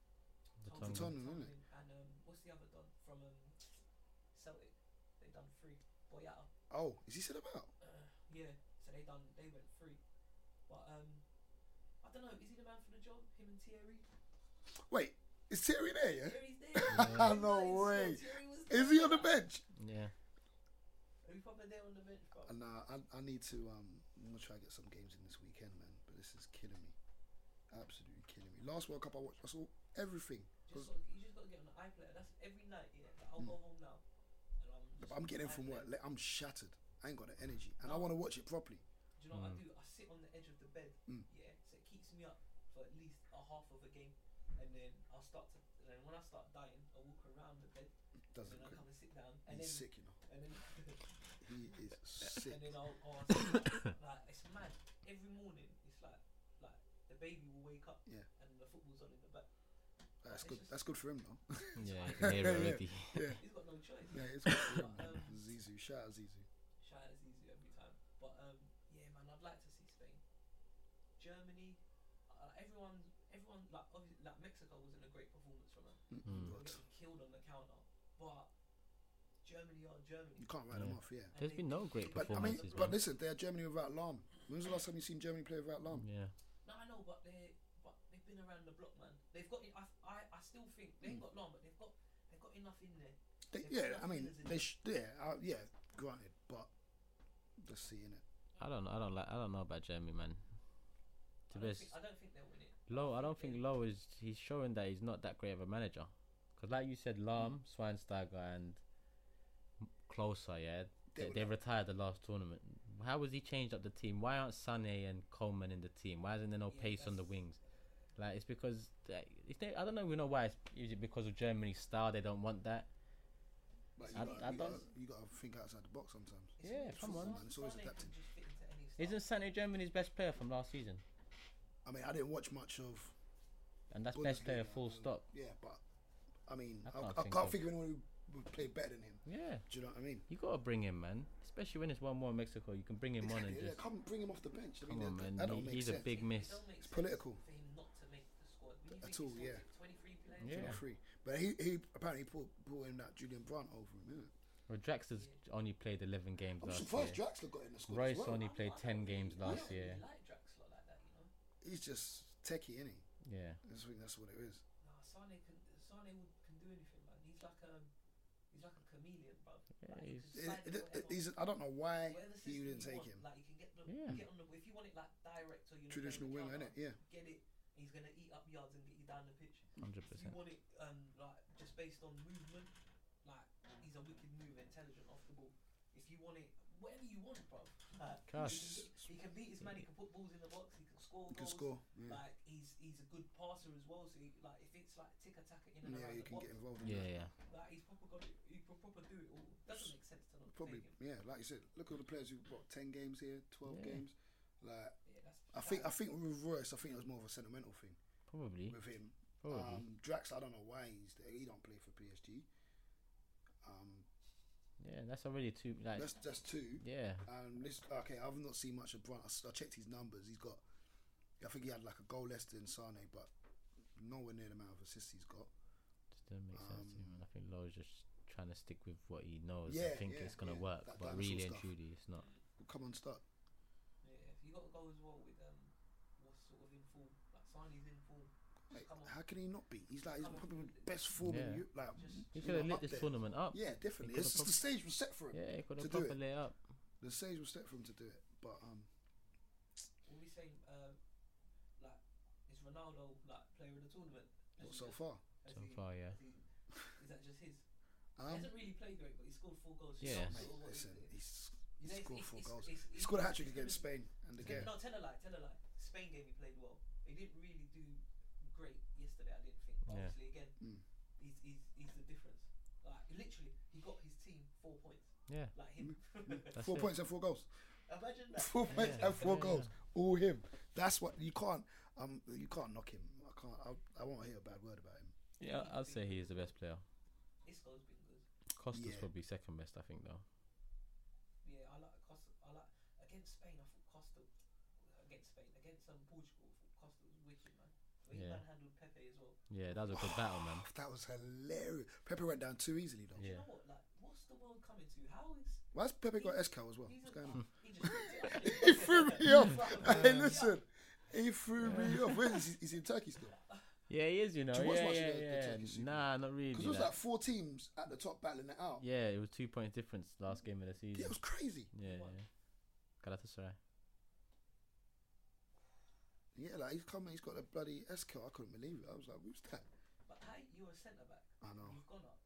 Tonga. Tonga. Tongan, isn't it? And um, what's the other done from um, Celtic? They done three. Boyata. oh, is he centre back? Yeah, so they done. They went three. But um, I don't know. Is he the man for the job? Him and Thierry. Wait, is Terry there? Yeah. Thierry's there. Yeah. He's Eh? No not in squad. way. Thierry was Is there. he on the bench? yeah. Are we probably there on the bench, bro? And uh, I I need to um I'm gonna try to get some games in this weekend, man. But this is killing me, absolutely killing me. Last World Cup I watched, I saw everything. Just 'Cause- gotta, you just got to get on the iPlayer. That's every night. Yeah, like, I'll go home now. And I'm, just Hmm. But I'm getting in on from iPlayer. work, like, I'm shattered. I ain't got the energy, and I want to watch it properly. Do you know Hmm. what I do? I sit on the edge of the bed. Yeah, so it keeps me up for at least a half of a game, and then I'll start to. And then when I start dying, I walk around the bed. and Doesn't then I good. come and sit down, and He's then sick, you know. and then He is sick. and then I'll, I'll sit, like it's mad. Every morning, it's like like the baby will wake up, Yeah. and the football's on in the back. That's good. That's good for him, though. Yeah, I can hear it already. He's got no choice. Yeah, it's good for him. Um, Zizou, shout out Zizou. Shout out easy every time. But um, yeah, man, I'd like to see Spain, Germany. Uh, everyone, everyone like obviously, like Mexico wasn't a great performance from them. They were Mm-hmm. Mm. Hmm. But getting killed on the counter, but Germany are Germany. You can't write them Yeah. off, yeah. and There's they been no did great it. But I mean, Performances, but man. listen, they are Germany without Lam. When was the last time you seen Germany play without Lam? Yeah. No, I know, but they but they've been around the block, man. They've got. en- I I, I still think they Mm. ain't got long, but they've got they've got enough in there. They, They've yeah, got I mean, feelers in they them. sh- yeah, uh, yeah, granted, but let's see in it. I don't know. I don't like. I don't know about Jeremy, man. I To be don't, honest, think, I don't think they'll win it. Low. I don't think Low is. He's showing that he's not that great of a manager. Cause like you said, Lam, Schweinsteiger, and Closer, yeah, They they, were they like- retired the last tournament. How has he changed up the team? Why aren't Sané and Coleman in the team? Why isn't there no Yeah, pace on the that's- wings? Like it's because uh, if they, I don't know. We know why. It's, is it because of Germany's style? They don't want that. But you I- gotta, I you, gotta, don't- you gotta think outside the box sometimes. It's Yeah, always come Sané on. can It's always just adapting. fit into any style. Isn't Sané Germany's best player from last season? I mean, I didn't watch much of. And that's best player, Bundesliga, full um, stop. Yeah, but I mean, I I, I can't can't, think of- figure anyone who would play better than him. Yeah, Do you know what I mean? you gotta bring him, man. Especially when it's one-one Mexico, you can bring him on and Exactly, yeah, just come bring him off the bench. I come mean, on, that- man. that don't He- make he's a sense. big miss. It don't make It's sense political. for him not to make the squad. When you At think all, he's yeah. got 23 players. Yeah. Free, but he he apparently brought, brought in that Julian Brandt over him. Isn't it? Well, Draxler's only played 11 games I'm last surprised year. Draxler got in the squad. as Royce well. only I- played I 10 don't games really- last I don't year. really like Draxler like that, you know. He's just techie, isn't he? Yeah. I just think that's what it is. Nah, Sane can Sane would, can do anything, man. He's like a he's like a chameleon, bro. Yeah, like, he's- he can It, slide it, into it- whatever- he's- I don't know why whatever system you you didn't take want. him. Like you can get the Yeah. get on the if you want it like direct or you Traditional winger, it? innit? Yeah. Get it. He's gonna eat up yards and get you down the pitch. 100%. If you want it um like just based on movement, like he's a wicked mover, intelligent off the ball. If you want it, whatever you want, bro. Like, he can Cuss. beat- he can beat his man. He can put balls in the box. He can score. He can goals. score. Yeah, Like he's he's a good passer as well. So he, like if it's like tick attack in and yeah around you the can box, get involved in Yeah, that. yeah. like he's proper got it. He can proper do it all. Doesn't make sense to not Probably, take him. yeah. Like you said, look at all the players who what ten games here, twelve Yeah. games. Like Yeah, that's. I think, I think with Royce, I think it was more of a sentimental thing Probably. with him. Probably. Um, Drax, I don't know why he's there. He don't play for PSG. Um, yeah, that's already too. Like, that's that's two. yeah. Um, this okay. I've not seen much of Brunt. I, s- I checked his numbers. He's got. I think he had like a goal less than Sane, but nowhere near the amount of assists he's got. Just doesn't make sense to me, um, man. I think Lowe's just trying to stick with what he knows Yeah, and think yeah, it's going to yeah. work. That but dinosaur really and stuff. truly, it's not. Come on, start. Yeah, if you got to go as well with um, what's sort of in form, like Sane's in form. Like, Come on. how can he not be? He's like he's Come on. probably the best form Yeah. in Europe. Like Just- He you could have know, up lit this there. tournament up. Yeah, definitely. could've It's just the stage was set for him. Yeah, he could to have do proper it. lit up. The stage was set for him to do it. But um, What we saying? Um, like is Ronaldo like player of the tournament? not Has he- so far. has So he- far, yeah. has he- Is that just his? he Um, hasn't really played great, but he scored four goals. Yeah. He's mate, sort of what listen, he- he's, you know, he it's- scored it's- four it's- goals. it's- He it's- scored a hat trick it's against gonna Spain and be- again. No, tell a lie, tell a lie. Spain game he played well. He didn't really do great yesterday. I didn't think. But Yeah. Obviously, again, Mm. he's, he's he's the difference. Like literally, he got his team four points. Yeah. Like him. Mm. That's Four it. points and four goals. Imagine that. Four points Yeah, and four yeah. goals. All him. That's what you can't. Um, you can't knock him. I can't. I, I won't hear a bad word about him. Yeah, I'd say he is the best player. Isco's been good. Costa's Yeah. probably second best, I think, though. Yeah, I like Costa. I like against Spain. I thought Costa against Spain against um, Portugal. I thought Costa was wicked, man. But he Yeah. manhandled Pepe as well. Yeah, that was a good battle, man. That was hilarious. Pepe went down too easily though. Do Yeah. you know what? Like, what's the world coming to? How is Why's Pepe got Escal as well? he's What's a, going on? he just picked it up. He threw me off. hey, Yeah. listen. He threw me off. Where is he? He's in Turkey still. Yeah, he is, you know. you watch yeah, much of yeah, the- the yeah. Turkish Super Nah, not really. Because it was like- like four teams at the top battling it out. yeah, it was two points difference last game of the Yeah, season. it was crazy. Yeah, What? yeah. Galatasaray. Yeah, like he's coming. He's got the bloody Escal. I couldn't believe it. I was like, who's that? But hey, you're a centre back. I know. You've gone up,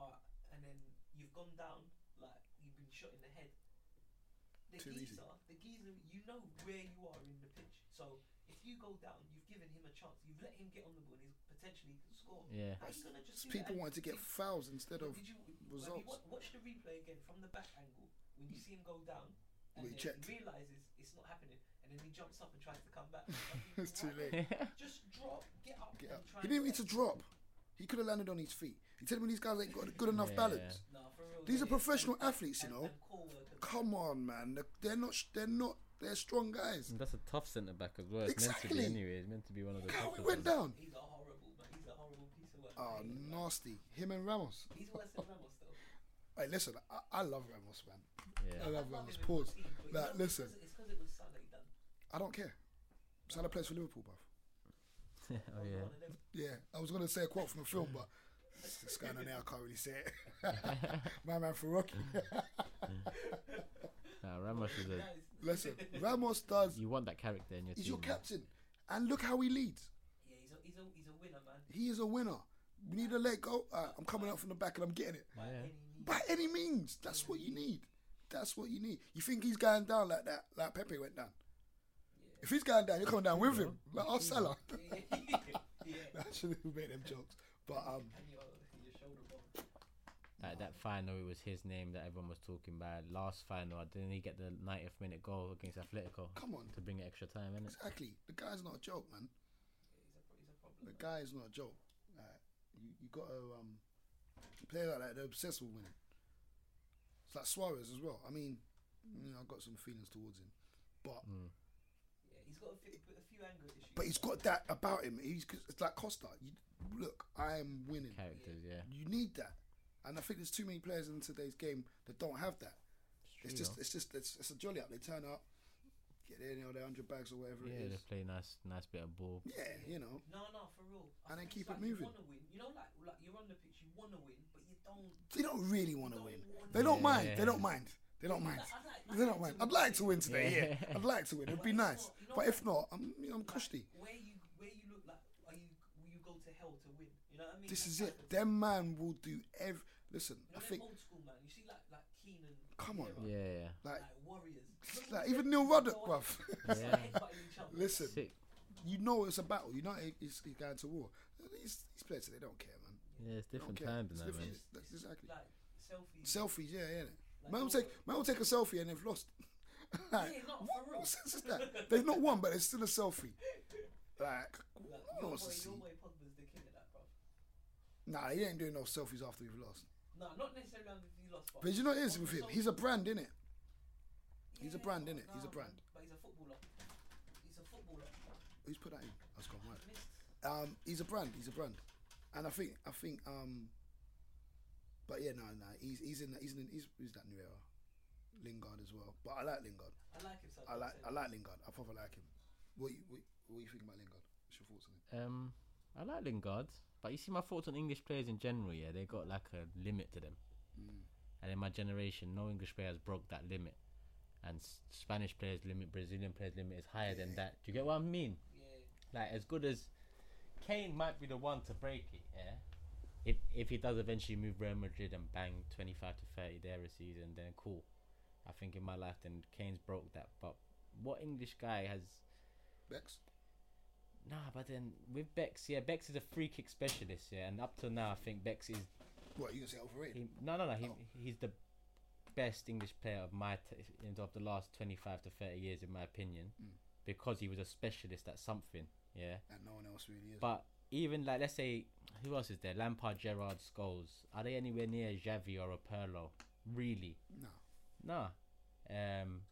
alright, and then you've gone down. Like you've been shot in the head. The Too easy. geezer, the geezer, you know where you are in the pitch. So if you go down, you've given him a chance. You've let him get on the ball, and he's potentially can score. Yeah. How you gonna just do that? People wanted to get Did- fouls instead of. did you, Have results. you wa- watch the replay again from the back angle when you see him go down. And Well, he then checked. he realizes it's not happening, and then he jumps up and tries to come back. It's too late. Just drop, get up, Get and up. try. and He didn't need get- to drop. He could have landed on his feet. You tell me these guys ain't got good enough Yeah. balance. Nah, for real, yeah, These are yeah. professional athletes, you And- know. and core workers. Come on, man. They're- They're not. sh- They're not. They're strong guys. And that's a tough centre back as well. It's meant to Exactly. be anyway. It's meant to be one of the How top we went down. He's a horrible, man. He's a horrible piece of work. Oh, nasty. Him and Ramos. He's worse than Ramos though. Hey, listen, I, I love Ramos, man. I Yeah. I love love Ramos. him in Pause. my team, but you Nah, know, it's listen. 'cause- It's because it was Salah he done. I don't care. Salah plays for Liverpool, bruv. oh One yeah. of them. Yeah, I was gonna say a quote from a film, but it's going on there. I can't really say it. My man for Rocky. Nah, Ramos is a. That is- Listen, Ramos does. You want that character in your He's team. your captain, and look how he leads. Yeah, he's a, he's a, he's a winner, man. He is a winner. We need a leg go. Uh, I'm coming out from the back and I'm getting it By Yeah. any means. by any means. That's what you need. That's what you need. You think he's going down like that? Like Pepe went down. Yeah. If he's going down, you're coming down with him. Like our Salah. yeah. I should have made them jokes, but um, And your, your shoulder bump. Like that final, it was his name that everyone was talking about. Last final, didn't he get the 90th minute goal against Atletico come on. to bring it extra time in it? Exactly. The guy's not a joke, man. Yeah, he's a, he's a problem. The guy is not a joke. Like, you you got to um, play like that. They're obsessed with winning. It's like Suarez as well. I mean, you know, I've got some feelings towards him, but Yeah, he's got a few, a few anger issues. but he's got that about him. He's it's like Costa. You, look, I am winning. Characters, yeah. You need that, and I think there's too many players in today's game that don't have that. It's true, just though. it's just it's, it's a jolly up. They turn up, get their you know, their hundred bags or whatever yeah, it they is. play nice, nice bit of ball. Yeah, you know. No, no, for real. I And then think keep it's it like You moving. want to win. You know, like, like you're on the pitch, you want to win, but you don't. They don't really want to Don't win. wanna They don't mind. They Yeah. don't mind. They don't mind. They don't mind. I'd like to win today. Yeah, Yeah. I'd like to win. It'd be nice. But if not, I'm I'm Like, cushy. where you where you look like are you will you go to hell to win? You know what I mean? This That's is like it. the- Them man will do every. Listen, you know, I them think old school man. You see like like Keenan. Come on. Vieira, Yeah, like Like warriors. like even Neil Ruddock, bruv. yeah. Yeah. yeah. Listen, Sick. you know it's a battle. You know it- it's, it's going to war. These these players they don't care, man. Yeah, it's They don't different care. times It's now, different. man. It's- that's exactly. Like selfies. Selfies, yeah, yeah. Like, Man will don't take worry. man will take a selfie and they've lost. like, Yeah, not what, for real. what sense is that? They've not won, but it's still a selfie. Like, Like, no one your wants boy, to see. your boy Pogba's the king of that, bro. Nah, he ain't doing no selfies after we've lost. No, not necessarily on the lost, but But you know what it is on with the him? social- He's a brand, innit? he's a Yeah, brand, but innit? He's a nah, brand. man, But he's a footballer. He's a footballer. Who's put that in? That's gone wide. Missed. Um, he's a brand. He's a brand, and I think I think um. But yeah, no, no, he's he's in that he's in he's, he's that new era, Lingard as well. But I like Lingard. I like him. So I like I like Lingard. I proper like him. What you what, what you think about Lingard? What's your thoughts on him? Um, I like Lingard, but you see my thoughts on English players in general. Yeah, they got like a limit to them, and in my generation, no English player has broke that limit, and S- Spanish players' limit, Brazilian players' limit is higher than that. Do you get what I mean? Yeah. Like as good as Kane might be the one to break it. Yeah. If, if he does eventually move Real Madrid and bang 25 to 30 there a season, then cool. I think in my life, then Kane's broke that. But what English guy has Bex. Nah, but then with Bex, yeah, Bex is a free kick specialist, yeah, and up till now, I think Bex is What you gonna say overrated? he, no, no, no, he, Oh. he's the best English player of my t- of the last twenty five to thirty years, in my opinion, Hmm. because he was a specialist at something, yeah. And no one else really is. But even like let's say who else is there? Lampard, Gerrard, Scholes. Are they anywhere near Xavi or a Perlo? Really? no, Nah. Um,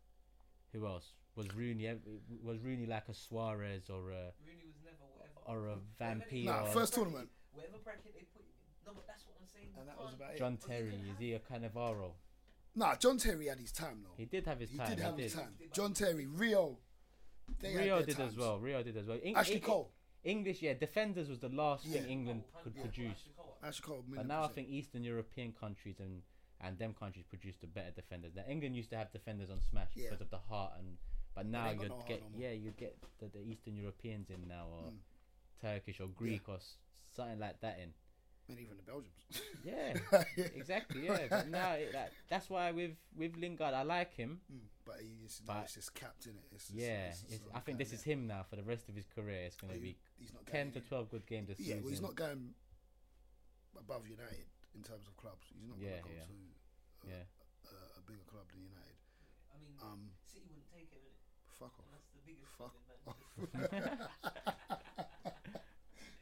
who else was Rooney? ev- Was Rooney like a Suarez or a Rooney was never whatever. or a Van Whatever they- Persie? Nah, or- first tournament. Whatever bracket they put him in. No, but that's what I'm saying. and You that was can't- about it. John But you Terry, can is have- he a Cannavaro? Nah, John Terry had his time though. He did have his He time. did he have did. his time. John Terry, Rio. They had Rio their did as times. well. Rio did as well. Eng- Ashley Eng- Cole. English, yeah. Defenders was the last Yeah. thing England Oh, could 100%. produce. Ashley Cole. But million now I percent. think Eastern European countries and and them countries produced the better defenders. Now England used to have defenders on smash Yeah. because of the heart and. But now they got you'd no heart get no more. Hmm. yeah you'd get the, the Eastern Europeans in now or Turkish or Greek or s- something like that in. and even the Belgians. Yeah, exactly. Yeah, but now it, like, that's why with with Lingard I like him. Hmm, But he is But- it's just capped in it. It's, it's- Yeah, it's- it's it's, not I think going this is there. him now for the rest of his career. It's going Are to you- be he's not ten going to twelve good games a Yeah, season. well, he's not going above United in terms of clubs. He's not Yeah, going yeah. to go Yeah, to uh, a bigger club than United. I mean, Um, City wouldn't take him, innit? fuck And off. that's the biggest Fuck problem, man.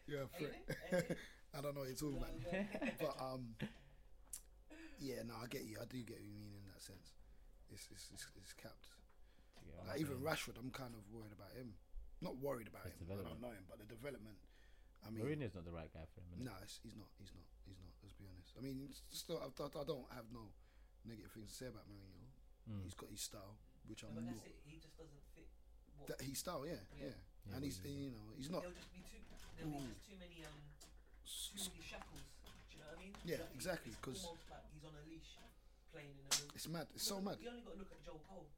Yeah, frick. Ain't it? Ain't it? I don't know what you're talking about. No, man. But um, yeah, no, I get you. I do get what you mean in that sense. It's it's it's, it's capped. to get on Like that even one. Rashford, I'm kind of worried about him. Not worried about His him. I don't development. know him, but the development I mean, Mourinho's not the right guy for him. innit? No, it's, he's not. He's not. He's not. Let's be honest. I mean, it's just not, I, don't- I don't have no negative things to say about Mourinho. Mm. He's got his style, which No, I'm but not. that's it. He just doesn't fit. What, That his style, yeah, Yeah. yeah. Yeah, and what he's, he is. you know, he's not. there'll just be too. There'll be Ooh. just too many. Um, too s- many shackles. Do you know what I mean? Yeah, Like, exactly, it's 'cause- almost like he's on a leash, playing in the room. It's mad. It's so Look, mad. You only got to look at Joel Cole.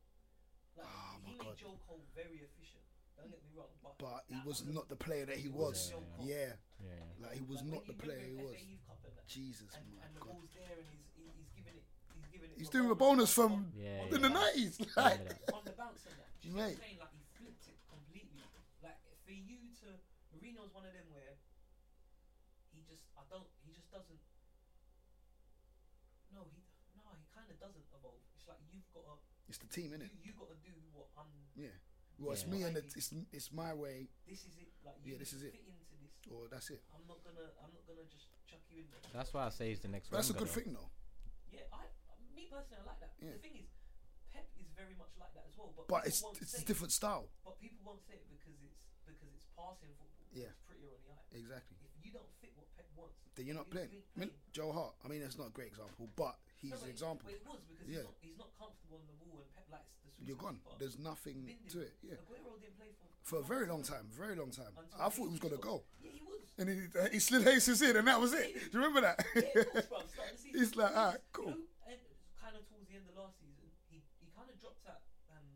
Like, Ah, he my made God. Joel Cole very efficient. Don't get me wrong, but But he that was wasn't- not the player that he it was. wasn't was. Joel Cole. Yeah, Yeah, yeah. like he was Like, not the when you player he remember was. in FA Youth Cup and that, Jesus, and, my and the God. ball's there, and he's, he, he's giving it. He's giving it. He's a doing a bonus bonus from Yeah, in the yeah. nineties. Like, Yeah. on the bounce and that. Do you know what I'm Mate. saying? Like he flipped it completely. Like for you to Mourinho's one of them where he just I don't he just doesn't. No, he no he kind of doesn't evolve. It's like you've got to it's the team, innit? you, you got to do what um, I'm. Yeah. Well, it's Yeah. me and the, it's it's my way, This is it. Like Yeah, you this is it. fit into this. or that's it. I'm not gonna I'm not gonna just chuck you in there. That's why I say he's the next But that's a Wenger, good thing, though. though. Yeah, I me personally I like that. Yeah. The thing is, Pep is very much like that as well. But people But it's won't it's say a it. different style. But people won't say it because it's because it's passing football. Yeah. It's prettier on the eye. Exactly. If you don't fit what Pep wants, Then you're not you- playing. you ain't I mean, playing. Joe Hart. I mean, that's not a great example, but he's No, but an it- example. But it was because he's, Yeah. not, he's not comfortable on the wall and Pep likes the sweet You're gone. spot. There's nothing Bin to did. it. Yeah. Aguero didn't play for For a very long time, very long time. until I thought he was gonna got- go, Yeah, he was. and he, uh, he slid Jesus in, and that was it. Do you remember that? Yeah, of course, bro. Start the season. It's like, He was- alright, cool. You know, and kind of towards the end of last season, he, he kind of dropped out um,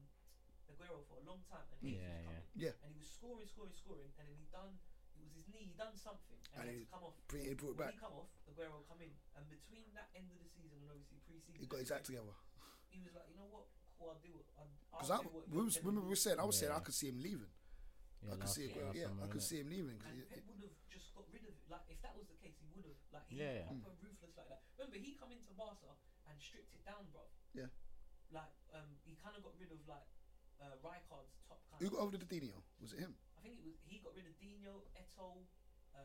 Aguero for a long time, and he was Yeah, coming. yeah. And he was scoring, scoring, scoring, and then he done. It was his knee. He done something, and, And he had he- to come off. Bring- he brought it When back. he come off, Aguero come in, and between that end of the season and obviously pre-season, He got his act together. He was like, you know what? Cool, I'll do it. I'll, Because I'll I do what we you're was, telling remember we me." were saying I was saying I Yeah. could see him leaving. Yeah, I could last- see it. last Yeah, summer, I could innit? see him leaving. 'cause And he- Pep would have just got rid of like if that was the case, he would have like he Yeah, yeah. Hmm. proper ruthless like that. Remember, he come into Barca and stripped it down, bro. Yeah. Like um, he kind of got rid of like uh, Rijkaard's top kind. Who Of, got over to Dino? Was it him? I think it was he got rid of Dino, Eto, uh,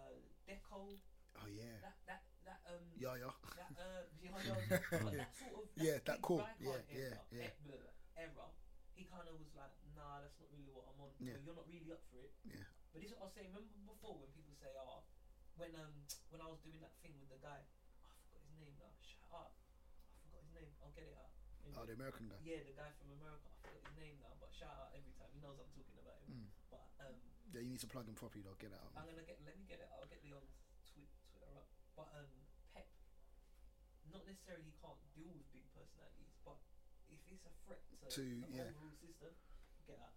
Deco. Oh yeah, That that that um. yeah, yeah. That, uh, you know, that sort of Yeah, that big call. Rijkaard Yeah, yeah, era, yeah. e- blah, blah, era, he kind of was like, nah, that's not really what I'm on. Yeah. Or You're not really up for it. Yeah. But this is what I was saying. Remember before when people say, oh, when um when I was doing that thing with the guy, I forgot his name now. Shut up. I forgot his name. I'll get it up. Oh, the American guy. Yeah, the guy from America. I forgot his name now, but shout out every time. He knows I'm talking about him. Mm. But um, Yeah, you need to plug him properly. Though. Get that out. I'm gonna get. Let me get it. I'll get the old tweet, Twitter up. But um, Pep, not necessarily can't deal with big personalities, but if it's a threat to, To, an yeah. overall system, get out.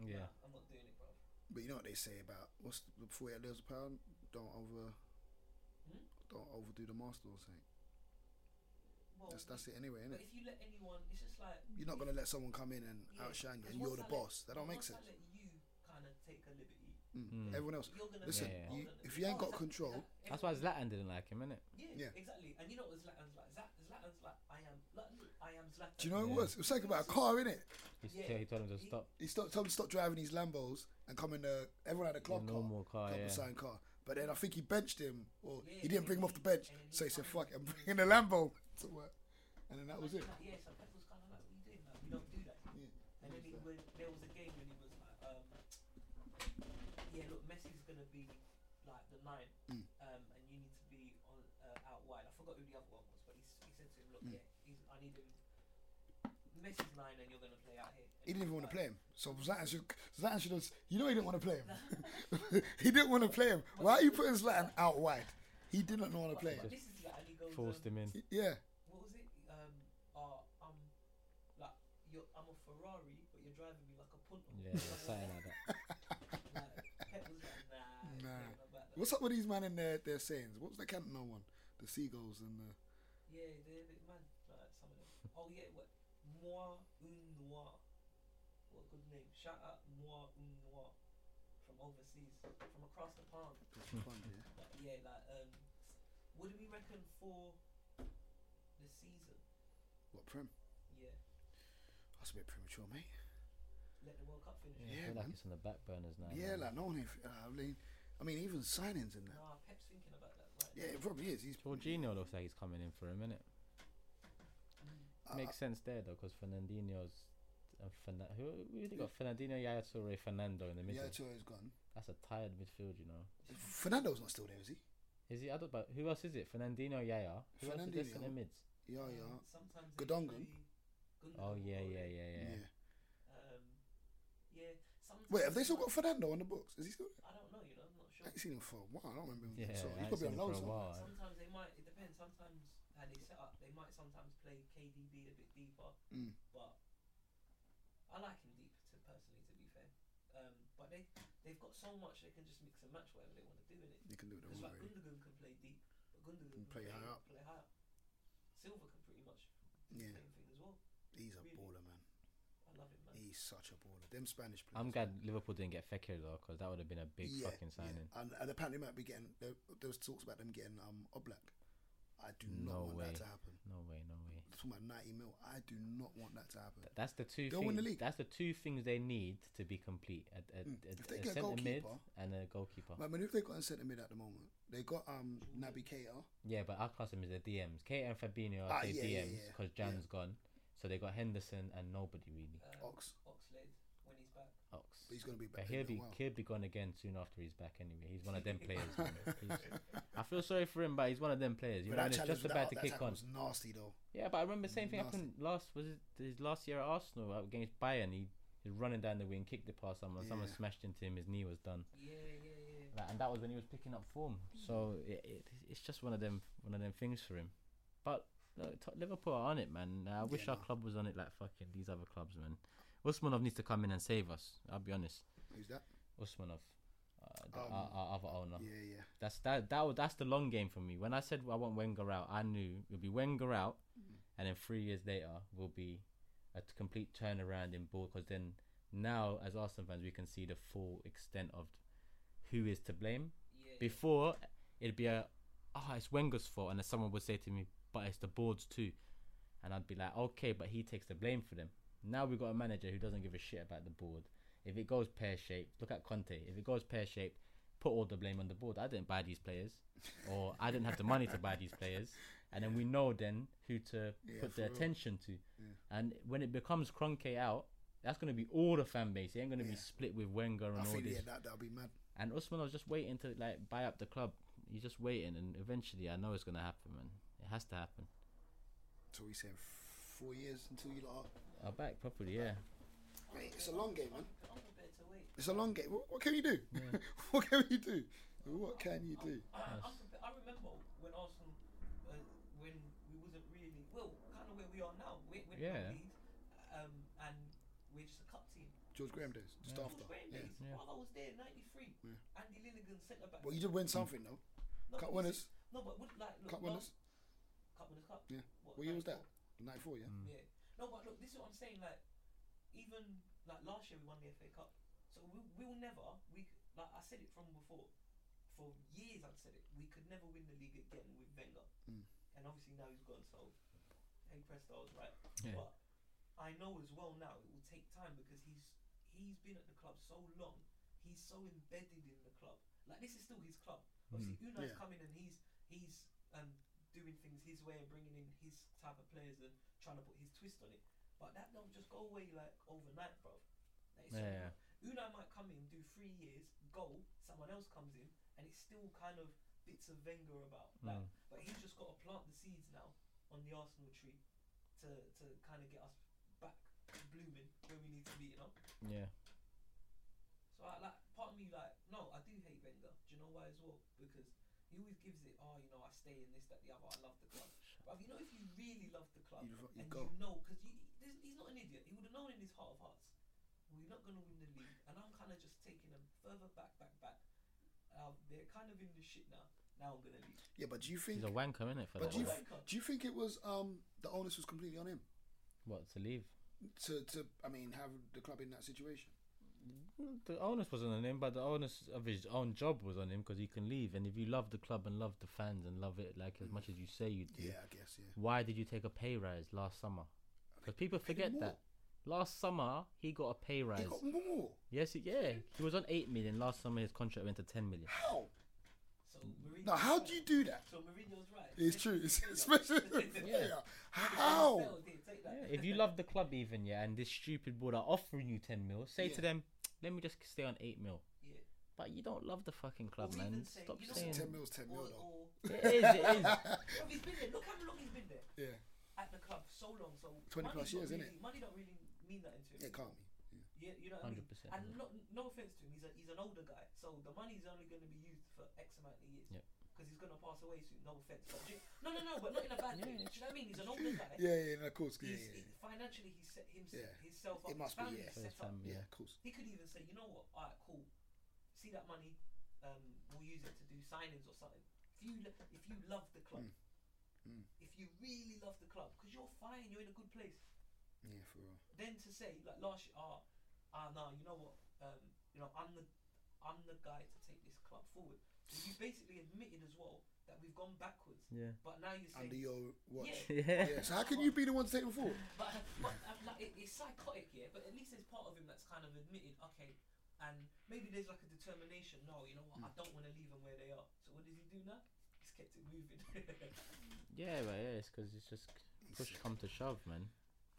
Yeah. Nah, I'm not doing it, bro. But you know what they say about what's the, before you lose a pound, don't over, Hmm? don't overdo the master or something. Well, That's that's it anyway, but innit? if you let anyone, Oh. it's just like You're not gonna let someone come in and yeah, outshine you. 'cause and You're once the I let- boss. That don't but make once I sense. let you kind of take a liberty. Mm. Mm. Everyone else. You're gonna Listen, be Yeah, older you- than if me. you ain't Oh, got exactly, control- exactly. That's why Everyone- Zlatan didn't like him, innit? Yeah, Yeah. exactly. And you know what Zlatan's like? Zlat, Zlatan's like, I am, like, look, I am Zlatan. Do you know what Yeah. it was? It was something about a car, innit? He, s- Yeah. he told him to He- stop. He stopped, told him to stop driving these Lambos and come in the. Everyone had a The club car, normal car, club yeah. assigned car. But then I think he benched him, or Yeah, he didn't yeah, bring him off the yeah. bench. And then he So he said, come in "Fuck, it, I'm and- bringing the Lambo to work." And then that was it. Like, yeah, so Pep was kind of like, what are you doing? Like, we don't do that. Yeah. And then it was, there was a game when he was like, um, yeah, look, Messi's gonna be like the nine, Mm. um, and you need to be on uh, out wide. I forgot who the other one was, but he, s- he said to him, look, Mm. yeah, he's, I need him. Messi's nine, and you're gonna play out here. And He didn't even want to like, play him. So Zlatan should, Zlatan should have, you know he didn't want to play him. he didn't want to play him. Why are you putting Zlatan out wide? He did not want to but- play but him. This is like, and he goes, Forced um, him in. Yeah, what was it? Um, uh, I'm like, you're, I'm a Ferrari, but you're driving me like a Punto. Yeah, yeah, something like that. Like, Pep was like, nah, it's Nah. not about that." what's up with these man and their their sayings? What was the Cantona one? The seagulls and the Yeah, they're a bit mad, like some of them. Oh yeah, what? Moi un noir. What a good name. Shout out Moi un noir from overseas, from across the pond. Hmm. fun, yeah. Like, yeah, like um, what do we reckon for the season? What prim? Yeah, That's a bit premature, mate. let the World Cup finish. Yeah, Yeah, I feel like man. it's on the back burners now. Yeah, man. like no one. If, uh, I mean, I mean, even signings in that. Nah, Pep's thinking about that. Right? Yeah, it probably is. He's Jorginho looks like he's coming in for a minute. Mm. I- I- Uh, Makes sense there though, because Fernandinho's and Fern- who who they got? Fernandinho, Yaya Toure, Fernando in the middle. Yeah, Torre's gone. That's a tired midfield, you know. Fernando's not still there, is he? Is he? I don't. But who else is it? Fernandinho, Yaya. Who else is Fernandinho. this in the mids? Yeah, oh, Um, yeah. Sometimes they Gundogan. play Gundogan Oh yeah, or yeah, they- yeah, yeah. Um, yeah. Sometimes Wait, have they still might- got Fernando on the books? Is he still? I don't know. You know, I'm not I sure. ain't seen him for a while. I don't remember him. Yeah, Yeah, so I he's ain't probably on seen him for loan a somewhere. while. Sometimes they might. It depends. Sometimes how they set up, they might sometimes play KDB a bit deeper. Mm. But I like him deep, to personally, to be fair. Um, but they they've got so much they can just mix and match whatever they want to do in it. They can do it Because all like way. Gundogan can play deep, but Gundogan Can can play high up. Play high up. Silva can pretty much do Yeah. the same thing as well. He's a Really? baller, man. I love him, man. He's such a baller. Them Spanish players. I'm glad Liverpool didn't get Fekir though, because that would have been a big Yeah, fucking yeah. signing. And, and apparently, might be getting there, there was talks about them getting um Oblak. I do not No want way. that to happen. No way, no way. It's about ninety mil. I do not want that to happen. Th- That's the two. They'll win Things, the league. That's the two things they need to be complete: a, a, Mm. a, If they a get a centre mid goalkeeper- and a goalkeeper. But I mean, if they got in centre mid at the moment, they got um Naby Keita. Yeah, but I class them as the DMs. Kate and Fabinho Ah, are the yeah, yeah, DMs yeah. because Yeah. Jan's gone, so they got Henderson and nobody really. Um, Ox, Oxlade when he's back. Ox. but he's going to be But back. he'll in be a while. he'll be gone again soon after he's back anyway. He's one of them players. you know. He's- I feel sorry for him, but he's one of them players. You But know, that and it's challenge just with that, about to that kick tackle on. was nasty though. Yeah, but I remember the same thing Nasty. happened last was it his last year at Arsenal uh, against Bayern. He he was running down the wing, kicked it past someone. Someone Yeah. smashed into him. His knee was done, Yeah, yeah, yeah. Like, and that was when he was picking up form. So it, it, it's just one of them one of them things for him. But look, Tot- Liverpool are on it, man. I wish our no. club was on it like fucking these other clubs, man. Usmanov needs to come in and save us. I'll be honest, Who's that? Usmanov. Uh, the, Um, our, our other owner. Yeah, yeah. That's that. That was, that's the long game for me. When I said I want Wenger out, I knew it'll be Wenger out, Mm. and then three years later will be a t- complete turnaround in ball. Because then now, as Arsenal fans, we can see the full extent of who is to blame. Yeah. Before it'd be a ah, it's Wenger's fault, and then someone would say to me, but it's the board's too, and I'd be like, okay, but he takes the blame for them. Now we've got a manager who doesn't give a shit about the board. If it goes pear shaped, look at Conte. If it goes pear shaped, put all the blame on the board. I didn't buy these players, or I didn't have the money to buy these players, and then we know then who to Yeah, put for the real. attention to. And when it becomes Cronke out, that's going to be all the fan base. It ain't going to Yeah. be split with Wenger and I all think this. yeah, that that'll be mad. And Usman was just waiting to like buy up the club. He's just waiting, and eventually, I know it's gonna happen, man. It has to happen. So he's saying four years until you lot. are- I'll back properly, yeah. Mate, it's a long game, man. But I'm prepared to wait. It's a long game. What, what can you do? what can you do? What can you do? I, I'm prepared. I remember when Arsenal, uh, when we wasn't really well, kind of where we are now. We're, we're Yeah. in the lead, um, and we're just a cup team. George Graham days, just after. George Graham Yeah. days. Yeah. While I was there, '93. Yeah. Andy Lilligan centre back. Well, you did win something though. No, Cup but winners. this- No, but would, like look, Cup no, winners. Cup winners cup. Yeah. What year was that? 94? Ninety-four, yeah. Yeah. No, but look, this is what I'm saying. Like, even like last year we won the FA Cup, so we we'll never we c- like I said it from before. For years I've said it. We could never win the league again with Wenger, Mm. and obviously now he's gone. So, hey presto, I was right. Yeah. But I know as well now it will take time because he's he's been at the club so long. He's so embedded in the club. Like this is still his club. Obviously, Unai's Yeah. coming and he's he's um, doing things his way and bringing in his type of players and trying to put his twist on it. But that don't just go away like overnight, bro. Like, it's Yeah. Unai might come in, do three years, go. Someone else comes in, and it's still kind of bits of Wenger about. Like, Mm. But he's just got to plant the seeds now on the Arsenal tree to to kind of get us back blooming where we need to be, you know. Yeah. So I like part of me like no, I do hate Wenger. Do you know why as well? Because he always gives it. Oh, you know, I stay in this, that, the other. I love the club. But you know, if you really love the club You'd fu- you'd and go. you know, because he's not an idiot. He would have known in his heart of hearts, we're not going to win the league. And I'm kind of just taking them further back, back, back. Um, they're kind of in the shit now. Now I'm going to leave. Yeah, but do you think? He's a wanker, isn't it? For But that do you, one. was- do you think it was um the onus was completely on him What to leave? to to I mean have the club in that situation? The onus wasn't on him, but the onus of his own job was on him because he can leave. And if you love the club and love the fans and love it like as much as you say you do, Yeah, I guess yeah. why did you take a pay rise last summer? Because people paid him forget more. that. Last summer he got a pay rise. He got more. Yes, he- yeah, he was on eight million. Last summer his contract went to ten million. How? So Mourinho Mourinho's Now, how right. do you do that? So Mourinho's right. It's true. It's especially yeah. How? How? Yeah, if you love the club even, yeah, and this stupid board are offering you 10 mil, say Yeah. to them, let me just stay on 8 mil. Yeah. But you don't love the fucking club, Or even man. say- Stop you know saying. what- Ten mil's Oh, ten mil Or, though. or, It is, it is. Bro, he's been there. Look how long he's been there yeah. at the club. So long. So 20 money's plus not years, really, innit? Money don't really mean that into Yeah, him. can't be. Yeah, you know what I mean. 100%. And no, no offense to him, he's, a, he's an older guy, so the money's only going to be used for X amount of years. Yep. Because he's going to pass away soon. No offense, but ju- no, no, no, but not in a bad way. Do you know what I mean? He's an older guy. Yeah, yeah, yeah, of course. Yeah, He's, yeah, he- financially, he set himself, Yeah. himself up. It must his be, family is yeah. For the set up. family, yeah. yeah. yeah, of course. He could even say, you know what? All right, cool. See that money. Um, we'll use it to do signings or something. If you lo- if you love the club, Mm. if you really love the club, because you're fine, you're in a good place Yeah, for real. then to say like last year, ah, ah, no, you know what, um, you know, I'm the, I'm the guy to take this club forward. So you basically admitted as well that we've gone backwards, Yeah. but now you're Under saying, your watch. Yeah. Yeah. Yeah. So how can you be the one to take them forward? but, but um, like, it, it's psychotic, yeah. But at least there's part of him that's kind of admitted, okay, and maybe there's like a determination. No, you know what, Hmm. I don't want to leave them where they are. So what does he do now? He's kept it moving. Yeah, but yeah, it's because it's just push come to shove, man.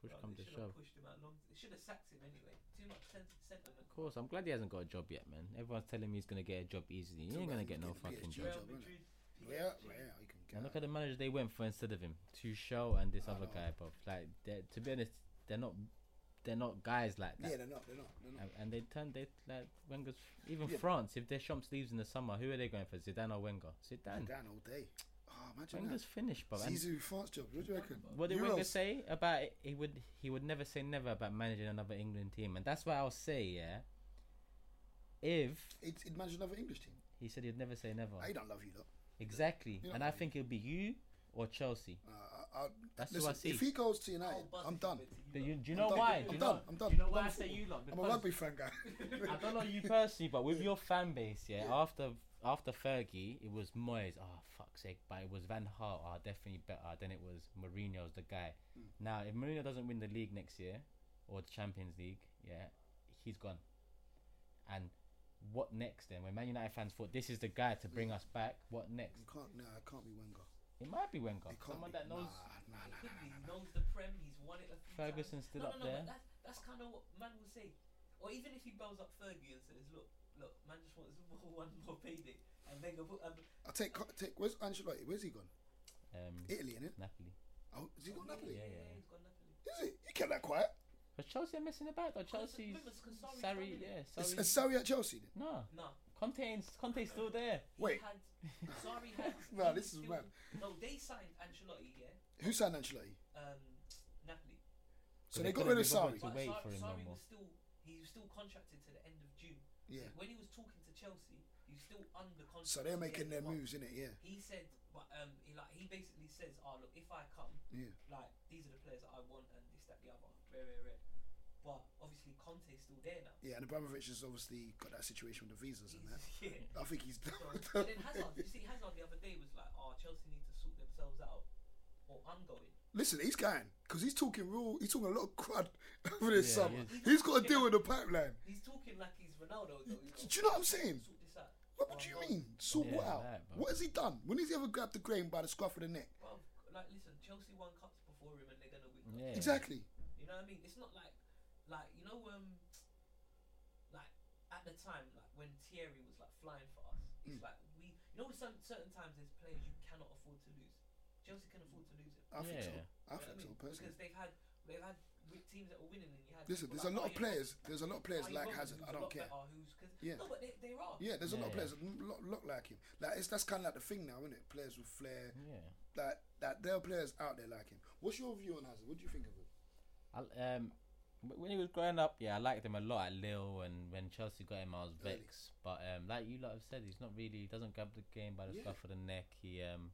Push Well, come they to should have shove. pushed him out long. They should have sacked him anyway. Too much sen- sentiment. Of course, I'm glad he hasn't got a job yet, man. Everyone's telling me he's gonna get a job easily. He Talk ain't about him gonna get no getting a fucking PSG job. job. Real innit? Madrid. PSG. Yeah, yeah, you can get And look out. at the manager they went for instead of him, Tuchel and this I other know. guy, bro. Like, they're- to be honest, they're not, they're not guys like that. Yeah, they're not. They're not. They're not. And, and they turned they like Wenger's even Yeah. France if Deschamps leaves in the summer who are they going for Zidane or Wenger Zidane, Down all day. Oh, imagine that. Wenger's finished bro and Caesar France job. What do you reckon? what did Wenger Euros. say about it? he would he would never say never about managing another England team and that's why I'll say yeah if It, it managed another English team. he said he'd never say never I don't love you, though. exactly You know and what I I mean. think it'll be you or Chelsea Uh, I, I, That's who I listen, see. If he goes to I'll United, buzz I'm if done. it to do you, you, do you I'm know done. why I'm do done. you know, I'm done. do you know I'm why I done say for- you lot I'm a because rugby fan guy. I don't know you personally, but with your fan base, yeah, after after Fergie, it was Moyes. Oh fuck's sake! But it was Van Gaal. Oh, definitely better. Then it was Mourinho's the guy. Hmm. Now, if Mourinho doesn't win the league next year or the Champions League, yeah, he's gone. And what next then? When Man United fans thought this is the guy to bring us back, what next? You can't. No, it can't be Wenger. It might be Wenger, It can't someone be. that knows. Nah, nah, It nah, could be. He nah, nah. knows the Prem. He's won it a few Ferguson times. stood no, up no, no, there. But that's, that's kind of what man will say. Or even if he bells up Fergie and says, look, look, man just wants one more payday. And then go put, um, I take take. Where's Ancelotti? Where's he gone? Um, Italy, innit? Napoli. Oh, has he gone Napoli? Yeah, yeah. he's gone Napoli. Is he? He kept that quiet. But Chelsea are messing about though. Because Chelsea's remember, it's 'cause Sarri's Sarri, gone, yeah, Is, Sarri. is Sarri at Chelsea then? no, No. Conte's Conte's still there. he Wait. Had, sorry, had. Nah, he this is still- mad. No, they signed Ancelotti, yeah. Who signed Ancelotti? Um, Napoli. So they But they got couldn't rid of be bothered Sarri. to- But wait Sar- for him no Sarri more. was still, he was still contracted to the end of June. Yeah. When he was talking to Chelsea, he was still under contract. So to they're the making end their of March. moves, innit? Yeah. He said, but um, he like he basically says, "Oh look, if I come, Yeah. like these are the players that I want, and this, that, the other, red, red, red." But obviously Conte's still there now. Yeah, and Abramovich has obviously got that situation with the visas and that. He's- yeah. I think he's done. So, with but that. then Hazard, you see, Hazard the other day was like, "Oh, Chelsea need to sort themselves out, or I'm going." Listen, he's going because he's talking real. He's talking a lot of crud over this Yeah, he summer. is. He's got a deal with the pipeline. He's talking like he's Ronaldo, though. You know? Do you know what I'm saying? Sort this out. What, what do you mean? Sort Yeah, what out? that, bro. what has he done? When has he ever grabbed the grain by the scruff of the neck? Well, like, listen, Chelsea won cups before him, and they're gonna win. Cups. Yeah. Exactly. You know what I mean? It's not like, like you know, um, like at the time, like when Thierry was like flying for us, it's Hmm. like we, you know, some certain times there's players you cannot afford to lose. Chelsea can afford to lose it. I think so. You I Yeah. know what think so mean? personally. Because they've had they've had wi- teams that were winning, and you had. Listen, people there's a like, lot oh, of you know, players. There's a lot of p oh, players you like got Hazard. who's I a don't lot care. better, who's- 'cause- Yeah. No, but they- there are. Yeah, there's a lot of Yeah, players that look, look like him. Like it's that's kind of like the thing now, isn't it? Players with flair. Yeah. That that there are players out there like him. What's your view on Hazard? What do you think of him? I, um, wh- when he was growing up, yeah, I liked him a lot at Lille, and when Chelsea got him, I was Early. vexed. But um, like you lot have said, he's not really he doesn't grab the game by the Yeah. scruff of the neck. He um,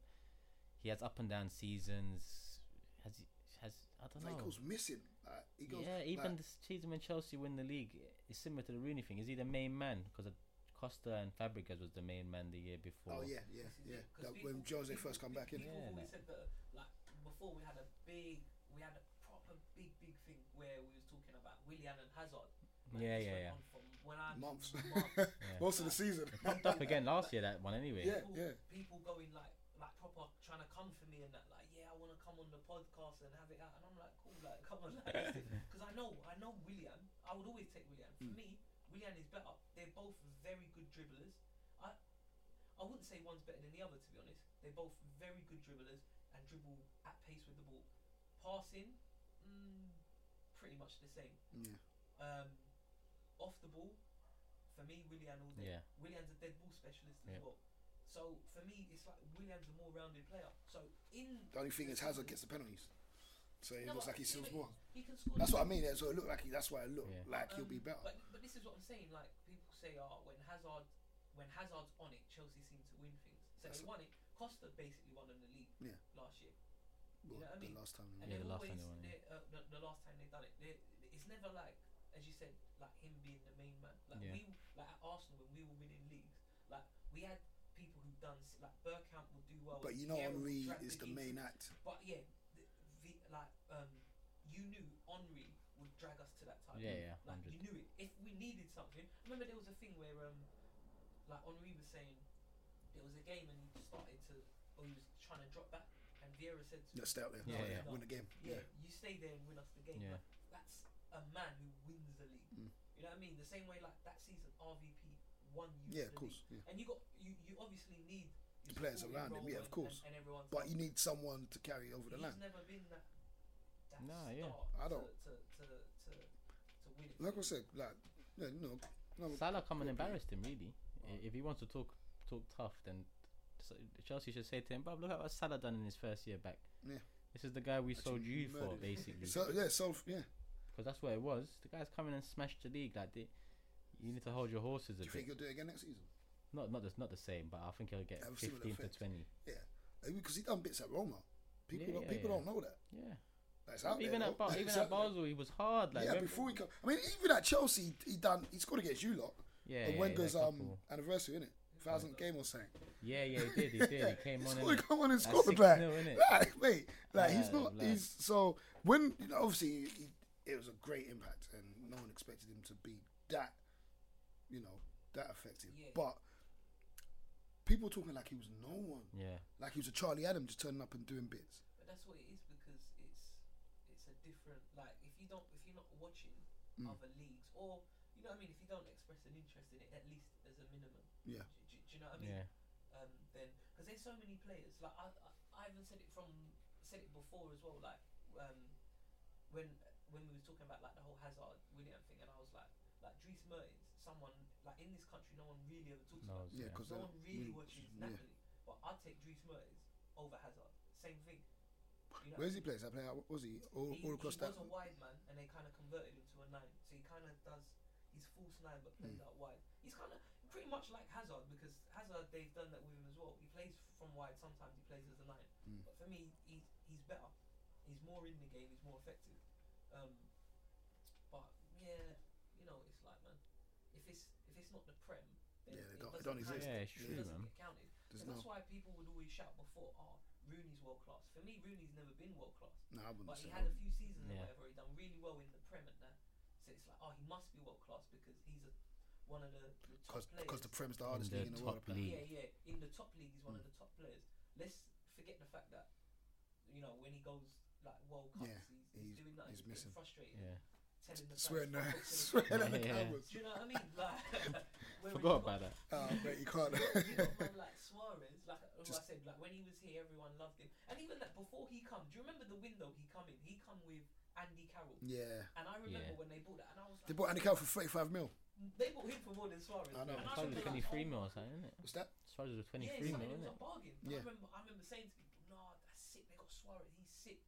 he has up and down seasons. Has he has I don't Like he know. goes missing. Like he goes. yeah, like, even this season when Chelsea win the league, it's similar to the Rooney thing. Is he the main man? Because Costa and Fabregas was the main man the year before. Oh yeah, yeah, This is yeah. it, 'cause That, people- when Jose people- first come back in. people Yeah, have always like- said that, like before we had a big, we had a proper big, big thing where we was talking about Willian and Hazard. Like, Yeah, this yeah, went yeah. on From when I man months. for months. Most of the season. It popped up again last year, that one anyway. Yeah, people, yeah. people going like like proper trying to come for me and that like yeah I want to come on the podcast and have it out and I'm like cool like come on like because I know I know William I would always take William for Hmm. Mm. me William is better they're both very good dribblers I I wouldn't say one's better than the other to be honest they're both very good dribblers and dribble at pace with the ball passing mm, pretty much the same Yeah. um, off the ball, for me, Willian all day. Yeah. Willian's a dead ball specialist as Yeah. well. So for me, it's like Willian's a more rounded player. So in The only thing is Hazard gets the penalties. So it No, looks but like he yeah, steals but more. he can score. That's the what I ball. mean. yeah, So it looked like he, that's why it looked Yeah. like he'll be Um, better. But, but this is what I'm saying. Like people say, oh, when Hazard, when Hazard's on it, Chelsea seem to win things. So That's they won it. Costa basically won in the league Yeah. last year, Well, know what I mean? the last time. and Yeah, they the last time always they won, yeah. they- uh, the, the last time they done it. They, it's never like as you said, like him being the main man. Like Yeah. we, like at Arsenal when we were winning leagues, like we had people who done s- like Burkamp would do well. But you know, Vieira would Henri drag is the Higgins- main act. But yeah, the, the, like um, you knew Henri would drag us to that type. Yeah, yeah, Like 100. you knew it. If we needed something, remember there was a thing where um, like Henri was saying, there was a game and he started to, or he was trying to drop back, and Vieira said to Just stay out there. Yeah, fight, yeah. Win the game. Yeah. yeah, you stay there and win us the game. Yeah. Like, that's a man who wins the league. Mm. You know what I mean? The same way like that season RVP won you. the Yeah, of course. league. Yeah. And you got you, you obviously need your The players supporting around him, role yeah, of and- course. And, and everyone. But you need someone to carry over the he's line. never been that. that Nah, star I yeah. To, don't- to, to, to, to win it. Like I said, like yeah, you know, no, Salah come and good player. embarrassed him really. I- Right. If he wants to talk talk tough, then so- Chelsea should say to him, "But look at what Salah done in his first year back. Yeah. This is the guy we Actually, sold you for, murdered. basically, so yeah, so yeah. because that's what it was. The guy's coming and smashed the league. Like, they, you need to hold your horses Do a you think bit. he'll do it again next season? Not not the, not the same, but I think he'll get Have a similar 15 to effect. 20. Because he done bits at Roma. People, Yeah, don't, yeah, people yeah. don't know that. Yeah. That's out even there. at though. ba- even It's at out there. Basel, he was hard. Like, yeah, when- before he come, I mean, even at Chelsea, he done. He scored against you lot. yeah, and yeah, Wenger's that um couple. anniversary, innit? Thousandth game or something. yeah, yeah, he did, he did. He came He on. scored, and- come on and that's scored, 6-0, like, innit? like, mate, like he's Nah, not. lad. He's so when you know, obviously he, it was a great impact, and no one expected him to be that, you know, that effective. Yeah. But people talking like he was no one, Yeah, like he was a Charlie Adam just turning up and doing bits. But that's what it is because it's it's a different like if you don't if you're not watching Mm. other leagues or you know what I mean if you don't express an interest in it at least as a minimum. Yeah. Do, do, do you know what I mean? yeah. um, then because there's so many players. Like I, I, I even said it from said it before as well. Like um, when when we were talking about like the whole Hazard William thing, and I was like, like Dries Mertens, someone like in this country, no one really ever talks No, about. it's- Yeah, because No one really watches yeah. Napoli, but I'd take Dries Mertens over Hazard. Same thing. You know, Where's he plays? I play. out- what Was he all, he, all across he that? was a wide man, and they kind of converted him to a nine. So he kind of does his false nine, but plays Mm. out wide. He's kind of pretty much like Hazard because Hazard they've done that with him as well. He plays from wide. Sometimes he plays as a nine. Mm. But for me, he's he's better. He's more in the game. He's more effective. Um, but yeah, you know, it's like man, if it's if it's not the prem, then Yeah, it they don't- doesn't it don't count. exist. Yeah, it's It true, doesn't man. get counted. There's and no. that's why people would always shout before, "Oh, Rooney's world class." For me, Rooney's never been world class. No, I wouldn't But he say. had a few seasons or Yeah. whatever. He done really well in the Prem and that. So it's like, oh, he must be world class because he's a, one of the, the top Because players. because the Prem's the hardest the league in the world. top apparently. league. yeah, yeah, in the top league, he's one of the top players. Let's forget the fact that you know when he goes like World Cups, Yeah, he's, he's- he's doing nothing. he's He's, getting missing. frustrated. yeah. Telling the Swearing, fans, "Fuck off at- to the swearing at the Yeah, yeah. cameras. Do you know what I mean? Like, whereas Forgot you got- about that. Oh, mate, you you got- you can't. got man like Suarez, like who I Just- said, like when he was here, everyone loved him. And even that before he come, do you remember the window he come in? He come with Andy Carroll. yeah. And I remember Yeah. when they bought that, and I was like, "Mm, They bought Andy Carroll for 35 mil. they bought him for more than Suarez. I know. And Suarez Charles remember was like, 23 oh, mil or something, isn't it? What's that? Charles was Yeah, 23 it's mil, something that isn't it? was a bargain. Yeah. I remember, I remember saying to people, "No, that's sick. They got Suarez. He's sick."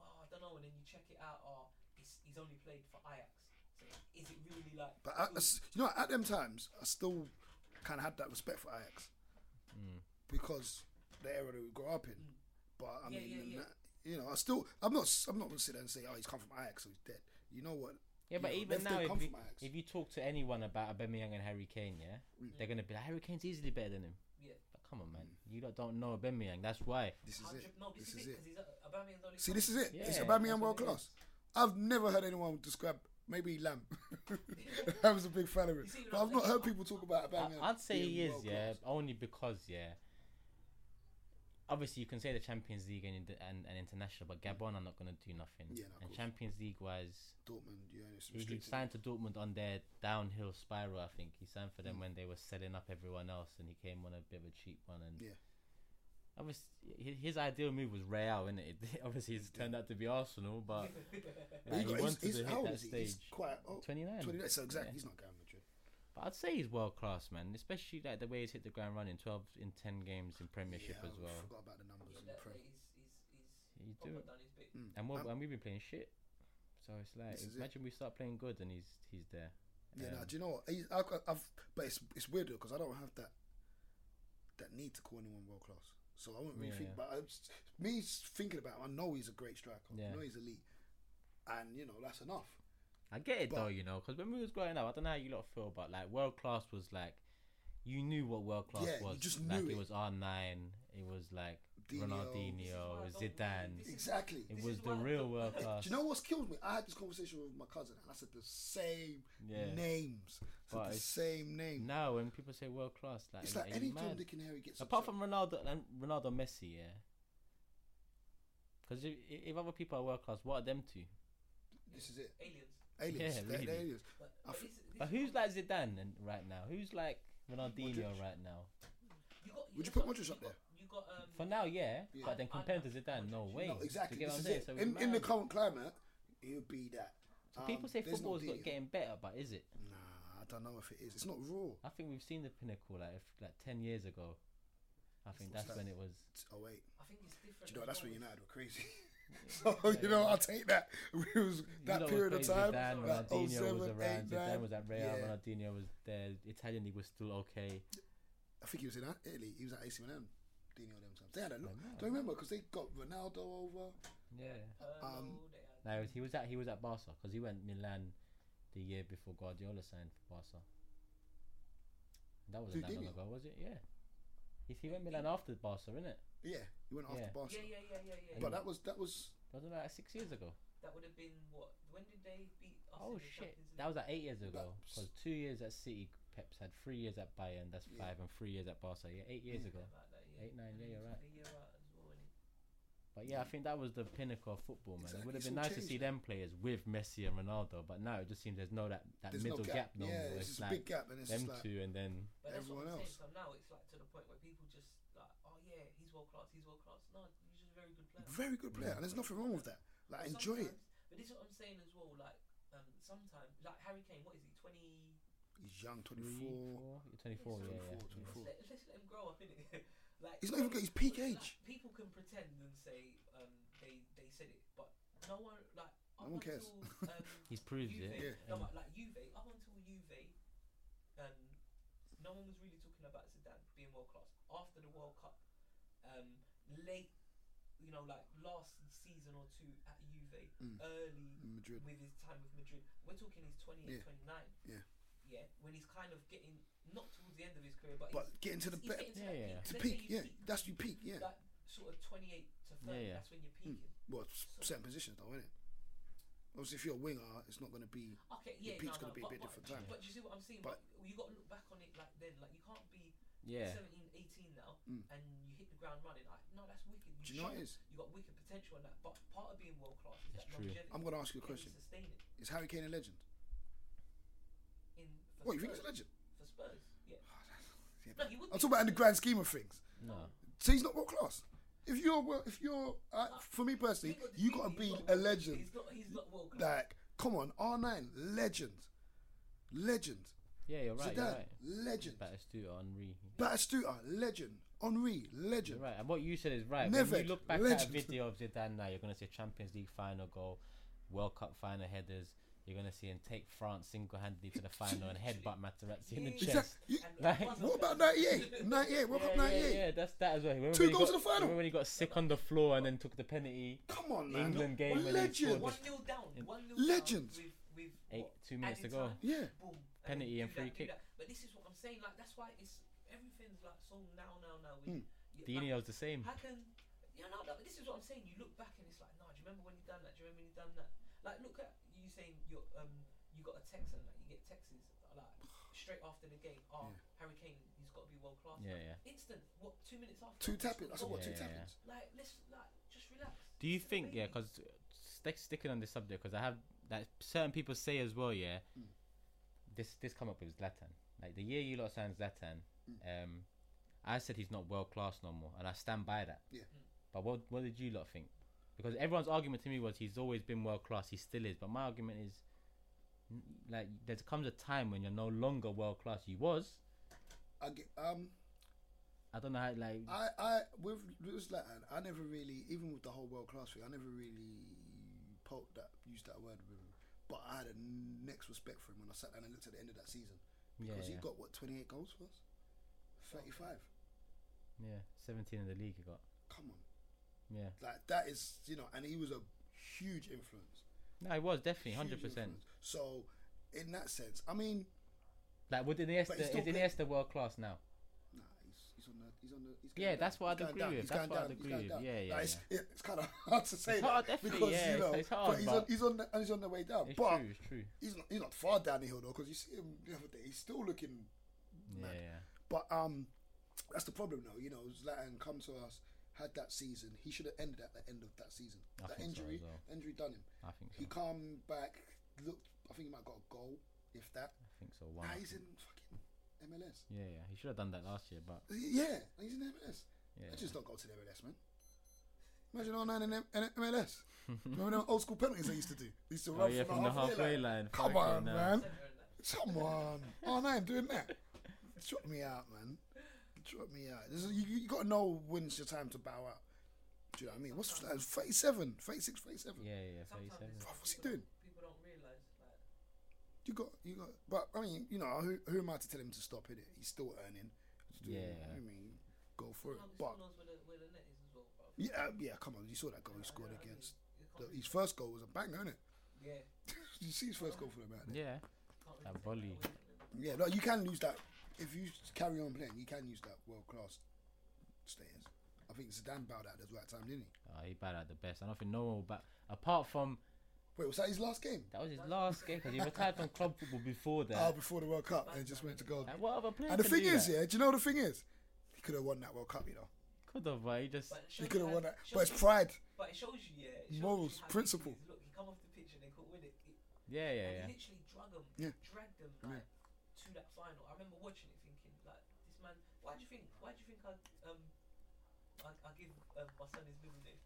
Oh, I don't know. And then you check it out. Oh, he's, he's only played for Ajax. So is it really like? But I, I good? s- you know, at them times, I still kind of had that respect for Ajax Mm. because the era that we grew up in. Mm. But I Yeah, mean, yeah, and yeah. that- you know, I still, I'm not, s- I'm not gonna sit there and say, oh, he's come from Ajax, so he's dead. You know what? Yeah, but You know, even they've- now, they've if come you, from Ajax. if you talk to anyone about Aubameyang and Harry Kane, yeah, Mm. they're gonna be like, Harry Kane's easily better than him. Yeah. But come on, man, you lot don't know Aubameyang. That's why. This is it. 100 No, this, is, it. Because he's uh, Aubameyang's only. See, this is it. It's Yeah, about me that's and world what it class. I've never heard anyone describe Maybe Lamb. I was a big fan of him. You see, But I've Lam- not heard people talk about I, Aubameyang. I'd say being he is, world yeah, class. only because, yeah. Obviously, you can say the Champions League and ind- and, and international, but Gabon are not going to do nothing. Yeah, no, of and course. Champions League wise, Dortmund, yeah, it's he, he restricted. signed to Dortmund on their downhill spiral. I think he signed for them Mm. when they were selling up everyone else, and he came on a bit of a cheap one. And Yeah. obviously, hi- his ideal move was Real, innit? it? obviously, it's turned out to be Arsenal, But but like, he he got- he's- wanted he's- to how hit old that is he? He's stage. quite old. Twenty nine. 29, so exactly, he's not going Madrid. But I'd say he's world class, man. Especially like the way he's hit the ground running, twelve in ten games in Premiership yeah, as I well. forgot about the numbers in Prem. You he's, he's, he's do proper done his bit. Mm. and what Um, and we've been playing shit. So it's This is like it. imagine we start playing good and he's he's there. Yeah, nah, Um, do you know what? He's, I, I've, but it's it's weird though because I don't have that that need to call anyone world class. So I wouldn't really Yeah, think. yeah. But I, just- me s- thinking about him, I know he's a great striker. Yeah. I know he's elite, and you know that's enough. I get it But- though, you know, because when we was growing up, I don't know how you lot feel, but like world class was like, you knew what world class Yeah, you was. just like knew it. it. was R nine. It was like Dino. Ronaldinho, This is why I don't Zidane. really- Exactly. It This was is the why I real don't- world Do you class. Do you know what's killed me? I had this conversation with my cousin, and I said the same Yeah. names. I said But the it's- same name. Now when people say world class, like, it's are like you any Tom, mad? Dick, and Harry gets apart upset. from Ronaldo and Ronaldo, Messi, yeah. Because if, if other people are world class, what are them two? this is it. Aliens. Aliens. Yeah, They're- they're really. aliens. But, I but f- this, this But is who's why- like Zidane and right now? Who's like Ronaldinho right now? You got, Would you that's put what- Modric you up there? got- You got um, For now, yeah. Yeah. But then compare him to Zidane, no No, way. No, Do you exactly. get what This I'm is saying? it. So it's in, in the mad. current climate, it would be that. So people um, say there's no football's got deal. getting better, but is it? Nah, I don't know if it is. It's not raw. I think we've seen the pinnacle like if, like ten years ago. I think What's that's that? when it was. It's- Oh wait, I think it's different. Do you know as that's well when with- United were crazy. so you know I'll take that. It was that You know, period of it was time. crazy, Zidane, that Ronaldinho 07, was around. 8, Zidane was at Real. yeah. Ronaldinho was there. Italian league was still okay. I think he was in uh, Italy. He was at AC Milan. Dino them times. They had a lot. I know. Do you remember? Because they got Ronaldo over. Yeah. Um, Pirlo, they had- No, he was, he was at he was at Barca because he went Milan the year before Guardiola signed for Barca. That wasn't that long Ronaldinho? ago, was it? Yeah. He, he went Milan after Barca, innit? Yeah, he went after Yeah. Barca. Yeah, yeah, yeah, yeah, yeah. But that was that was Wasn't that like six years ago? That would have been what? When did they beat us? Oh in the shit! Champions That was like eight years But- ago. Because two years at City, Pep's had three years at Bayern. That's Yeah. five, and three years at Barca. Yeah, eight years Yeah. League? ago. Something like that, yeah. Eight, nine, And yeah, he you're took right. the year out as well, innit? But yeah, I think that was the pinnacle of football, man. Exactly, It would have it's been all nice to changed see them players with Messi and Ronaldo, but now it just seems there's no that, that there's middle no gap. gap. no yeah, more. it's It's, just a like big gap, and it's them just like two, and then But that's what Everyone I'm saying. else. So now it's like to the point where people just like, oh yeah, he's world class, he's world class. No, he's just a very good player. very good player, and there's nothing wrong with that. Like But enjoy it. sometimes- But this is what I'm saying as well. Like, um, sometimes, like Harry Kane, what is he? Twenty. He's young, three, 24. four? 24, yeah, 24, yeah, yeah. 24. Let, let's let him grow up, innit? like He's not even good. He's peak like, age. people can pretend and say um, they they said it, but no one like. No up one cares. Until, um, He's proved Juve, it. no, and- but like Juve, up until Juve, um, no one was really talking about Zidane being world class. After the World Cup, um, late, you know, like last season or two at Juve, Mm. early Madrid. with his time with Madrid. We're talking he's 28, Yeah. 29. Yeah. Yeah, when he's kind of getting not towards the end of his career, but, But he's, getting to the he's better, getting to that peak. Yeah, yeah. Let's to say peak. you Yeah, peak that's your peak. Yeah. Hmm. Like sort of 28 to 30. yeah. That's when you're peaking. Well, it's certain positions though, isn't it? Obviously, if you're a winger, it's not going to be. Okay, Your yeah, peak's no, gonna no, be a but, bit but, different time. But you see what I'm saying? But- But you got to look back on it like then. Like you can't be yeah. 17, 18 now, Mm. and you hit the ground running. Like, no, that's wicked. Do You, you know what it showed- is? you got wicked potential in that. But part of being world class is It's that true. longevity. I'm going to ask you Can a you question. sustain it Is Harry Kane a legend? in for What, you think Spurs? he's a legend? Ah, for Spurs, yeah. Yeah, No, you would. I'm talking about in the grand scheme of things. No. So he's not world class. If you're, well, if you're, uh, for me personally, you got to be a legend. He's not. He's not world class. Like, come on, R9, legend, legend. Yeah, you're right. You're Zidane, right. legend. Batistuta, Henri. Batistuta, legend. Henri, You're legend. right. And what you said is right. when Nedved, you look back at a legend. video of Zidane now, you're going to see a Champions League final goal, World Cup final headers. You're going to see him take France single-handedly to the final and headbutt Materazzi in the Yeah. chest. You- And Like- one of What about them- 98? 98, World Cup yeah, yeah, 98. yeah, that's that as well. Remember Two when he goals got- in the final. Remember when he got sick on the floor and then took the penalty? Come on, man. England game when he legend. scored One nil down. One nil Legends. Down with, with Eight, what? two minutes to Added go. time. Yeah. boom, Penalty then and do free that, do kick. that. But this is what I'm saying. Like that's why it's everything's like so now, now, now. Mm. We, you- like, Dino's the same. how can you know? Like, this is what I'm saying. You look back and it's like, nah. Do you remember when you done that? Do you remember when you done that? Like, look at you saying your um you got a text and like you get texts like straight after the game. Oh, Harry Kane, he's got to be world class. Yeah, yeah. Instant. What? Two minutes after. Two he tap ins. I scores a said, goal. what, two Yeah, tap yeah, ins? Like, let's like just relax. Do you It's a think, baby. yeah, because stick, sticking on this subject, because I have that certain people say as well, yeah, Mm. this this come up with Zlatan. Like the year you lot signed Zlatan, Mm. um, I said he's not world class no more, and I stand by that. Yeah. But what what did you lot think? Because everyone's argument to me was he's always been world class, he still is. But my argument is, n- like, there comes a time when you're no longer world class. He was. I get, um, I don't know how like. I, I with Lewis Latin, I never really, even with the whole world class thing, I never really poked that, used that word with him. But I had a next respect for him when I sat down and looked at the end of that season yeah, because yeah, he got what 28 goals for us, 35. yeah, 17 in the league he got. Come on, Yeah. like that is you know, and he was a huge influence. No, it was definitely huge 100%. influence. So, in that sense, I mean, Like, would Iniesta, But he's is still Iniesta world class now? Nah, he's, he's on the he's on the. He's Yeah, going that's down. what He's going I'd agree down. with. He's That's going what I'd down. He's agree going with. down. Yeah, yeah, Like, it's, it- it's kind of hard to say It's that hard, definitely, because yeah, you know, it's- it's hard, but he's on but- he's on the, and he's on the way down. It's but true, it's true. he's not he's not far down the hill though, because you see him the other day. He's still looking Yeah, mad. yeah. But um, that's the problem though. You know, Zlatan come to us had that season. He should have ended at the end of that season. I that think so injury as well. injury done him. I think so. He come back. Looked, I think he might have got a goal, if that. I think so. Wow. Now he's in fucking MLS. Yeah, yeah. He should have done that last year, but Yeah, he's in MLS. yeah. I just don't go to the MLS, man. Imagine all nine in M- in MLS. Remember them old school penalties they used to do? They used to oh run yeah, from, from the halfway line. line. Come fucking uh, on, hell. man. Centre and that. Someone. Oh, nine doing that. Drop me out, man. Drop me out. This is, you, you got to know when's your time to bow out. Do you know what I mean? What's that? 37, 36, 37. Yeah, yeah. Sometimes Thirty-seven. it's- Bruv, what's he people don't- doing? People don't realise like. You got, you got. But I mean, you know, who, who am I to tell him to stop it? He's still earning. Still, Yeah. I mean, go for it. Well, he But still knows where the, where the net is as well, bruv. yeah, yeah. Come on, you saw that goal Like, he scored you know what I mean? against. You The, E can't- his first goal was a banger, innit? Yeah. Did you see his first goal for them out there? Yeah. can't really That take volley. away from him. Yeah, no, you can use that if you carry on playing. You can use that world class status. I think Zidane bowed out at the right time, didn't he? Oh, he bad at the best. I don't think no one will bat. Apart from Wait, was that his last game? that was his last game because he retired from club football before that. Oh, before the World Cup, and just went to gold. like, what other player? And the can thing do is, that? yeah, do you know what the thing is? He could have won that World Cup, you know. could have, but he just. But it He shows could have you won how- that, but shows it's you- pride. But it shows you, yeah. It shows Morals, you how principle. easy it is. Look, he come off the pitch and they couldn't win it. He- Yeah, yeah, yeah. And he literally drug them, Yeah. dragged them like, to that final. I remember watching it, thinking like, this man. Why do you think? Why do you think I um, I, I give um, my son his middle name?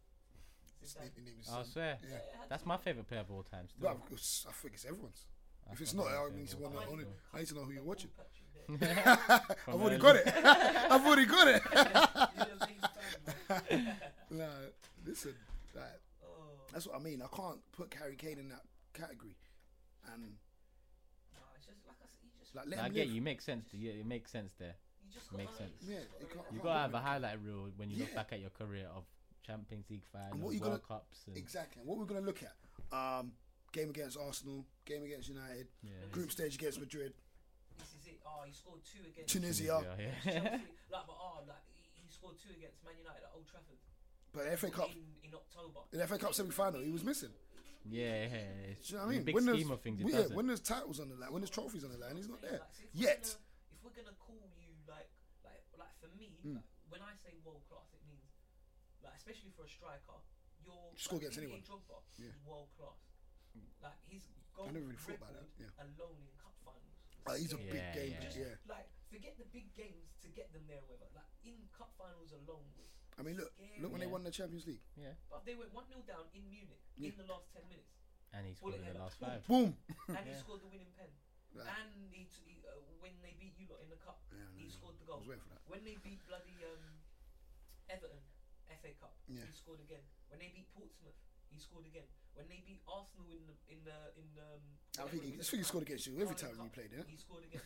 His Zidane. name is I Zidane. swear. Yeah. it had That's to my be. favorite player of all time. Still. Well, of course, I think it's everyone's. If That's it's my not, I favourite need to player win of all that time. on it. I need to know who you're Paul watching. Patrick there. I've already early. got it. I've already got it. You know, he's done, man. No, listen, like, Oh, that's what I mean. I can't put Harry Kane in that category, and nah, it's just like I said, you just like let I him get live. you. Makes sense. Yeah, it makes sense there. you just Makes gotta- sense. Yeah, gotta you can't- relax. You Oh, gotta have a look. highlight reel when you look Yeah. back at your career of Champions League finals, what you World gonna- Cups, and Exactly. And what we're going to look at um, game against Arsenal, game against United, yeah, group stage against Madrid, This is it. Oh, he scored two against Tunisia. yeah, yeah. Chelsea. like, but oh, like he, he scored two against Man United at Old Trafford But the FA Cup, in, in October. in the FA Cup semi final, he was missing. yeah, yeah. Do It's, you know what I in the mean? Big when there's- scheme of things, it well, yeah, doesn't. when there's titles on the line, when there's trophies on the line, he's not there Like, see, if we're yet. gonna- if we're gonna call you like, like, like for me, Mm. like, when I say world class, it means like, especially for a striker, your Score like, against Didier anyone. Drogba Yeah. Hmm. is world class. Like his goal I never really thought about record that, alone in cup finals. Uh, he's a Yeah. big Yeah, game. yeah. Yeah. Just like forget the big games to get them there, whatever. Like in cup finals alone, I mean, look, look when they Yeah. won the Champions League. but they went one 0 down in Munich Yeah. in the last ten minutes. and he scored in the last five. Boom. and he Yeah. scored the winning pen. Mm-hmm. Right. And he, t- he uh, when they beat you lot in the cup, Yeah, I he know. scored the I goal. was waiting for that. When they beat bloody um, Everton FA Cup, Yeah. he scored again. When they beat Portsmouth, he scored again. When they beat Arsenal in the in the in the. Um, I think he, whatever I it was, think he scored against you every Carling time you Cup, played it. He scored again.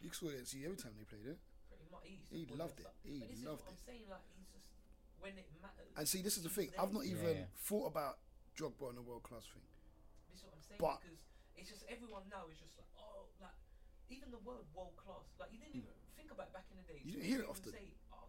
He scored against you every time they played it. Pretty much, he, used to He score loved against it. us. He But this loved is what it. I'm saying. Like he's just when it matters. And see, this is the thing. I've not Yeah, even yeah. thought about Drogba and the world class thing. This is what I'm saying But- because it's just everyone now is just like, oh, like even the word world class, like you didn't even think about it back in the day. Hmm. You didn't hear it often. Say, oh,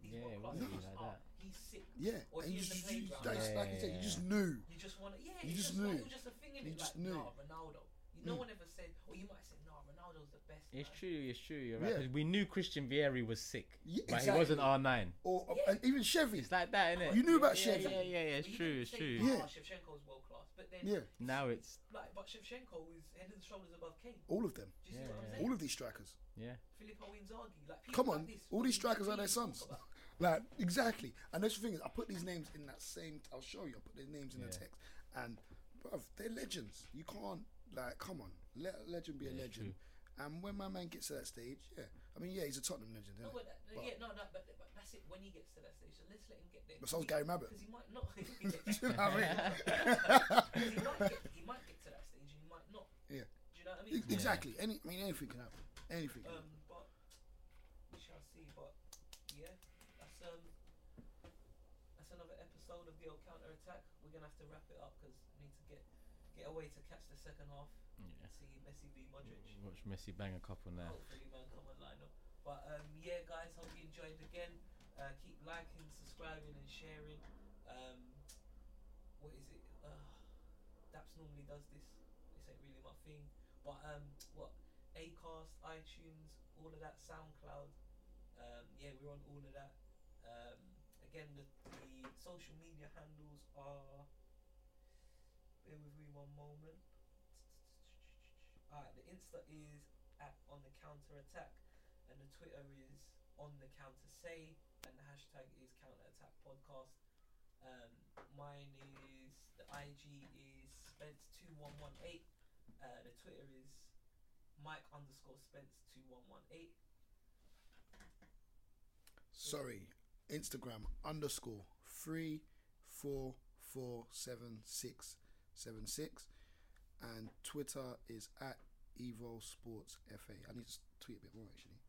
he's Yeah, it world class. wasn't It was like just, oh, that. he's sick. Yeah, Or and you is he in just, the you, playground? that's- like you said, you just knew. You just want to, yeah. You it's just like, knew. it was just a thing in You it. just like, knew. Hmm. Nah, Ronaldo. You No one ever said, or you might say, no, Ronaldo's the best. It's man." true. It's true. You're right. Yeah. 'cause We knew Christian Vieri was sick, Yeah, but he wasn't exactly. R nine. Or uh, Yeah. and even Chevy. It's like that, innit? You knew about yeah, Chevy. yeah, yeah, yeah. It's But you true. didn't It's say, true. "Ah, Yeah. Shevchenko's world class, but then Yeah, Now it's like, but Shevchenko is head and shoulders above Kane. all of them. Do you Yeah, see what yeah. I'm All saying? of these strikers. yeah. Filippo Inzaghi, like people Come on, like this, all we these don't strikers are their really talk sons. about. Like exactly. And that's the thing is, I put these names in that same. I'll show you. I put their names in the Yeah. text, and bruv, they're legends. You can't like, come on, let a legend be a Yeah, legend. And when my man gets to that stage, yeah, I mean, yeah, he's a Tottenham legend. No, Isn't Oh, but, that, But- yeah, no, no, but, but that's it. When he gets to that stage, so let's let him get there. But so's Gary Mabbott. Because he might not. he he? Do you know what I mean? might get. He might get to that stage, and he might not. Yeah. Do you know what I mean? E- Exactly. Any, I mean, anything can happen. Anything. Can Um, happen. but we shall see. But yeah, that's um, that's another episode of the old counter attack. We're gonna have to wrap it up because we need to get get away to catch the second half. yeah. and See Messi v Modric. Watch Messi bang a couple now. Hopefully, man, come and line up. But um, yeah, guys, hope you enjoyed again. Uh, keep liking, subscribing, and sharing. Um, what is it? Uh, Daps normally does this. This ain't really my thing. But um, what? Acast, iTunes, all of that, SoundCloud. Um, yeah, we're on all of that. Um, again, the, the social media handles are. Bear with me one moment. Alright, the Insta is at on the counter attack, and the Twitter is on the counter say, and the hashtag is counter attack podcast. Um, mine is the IG is Spence two one one eight. Uh, the Twitter is Mike underscore Spence two one one eight. Sorry, Instagram underscore three four four seven six seven six, and Twitter is at Evo Sports FA. I need to s- tweet a bit more actually.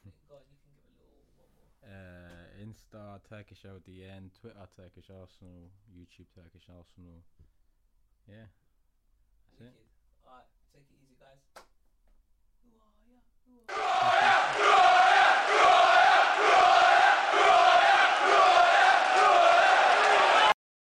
Hmm. Go on, you can give a little one more. Uh, Insta Turkish LDN, Twitter Turkish Arsenal, YouTube Turkish Arsenal. Yeah. That's it. Wicked.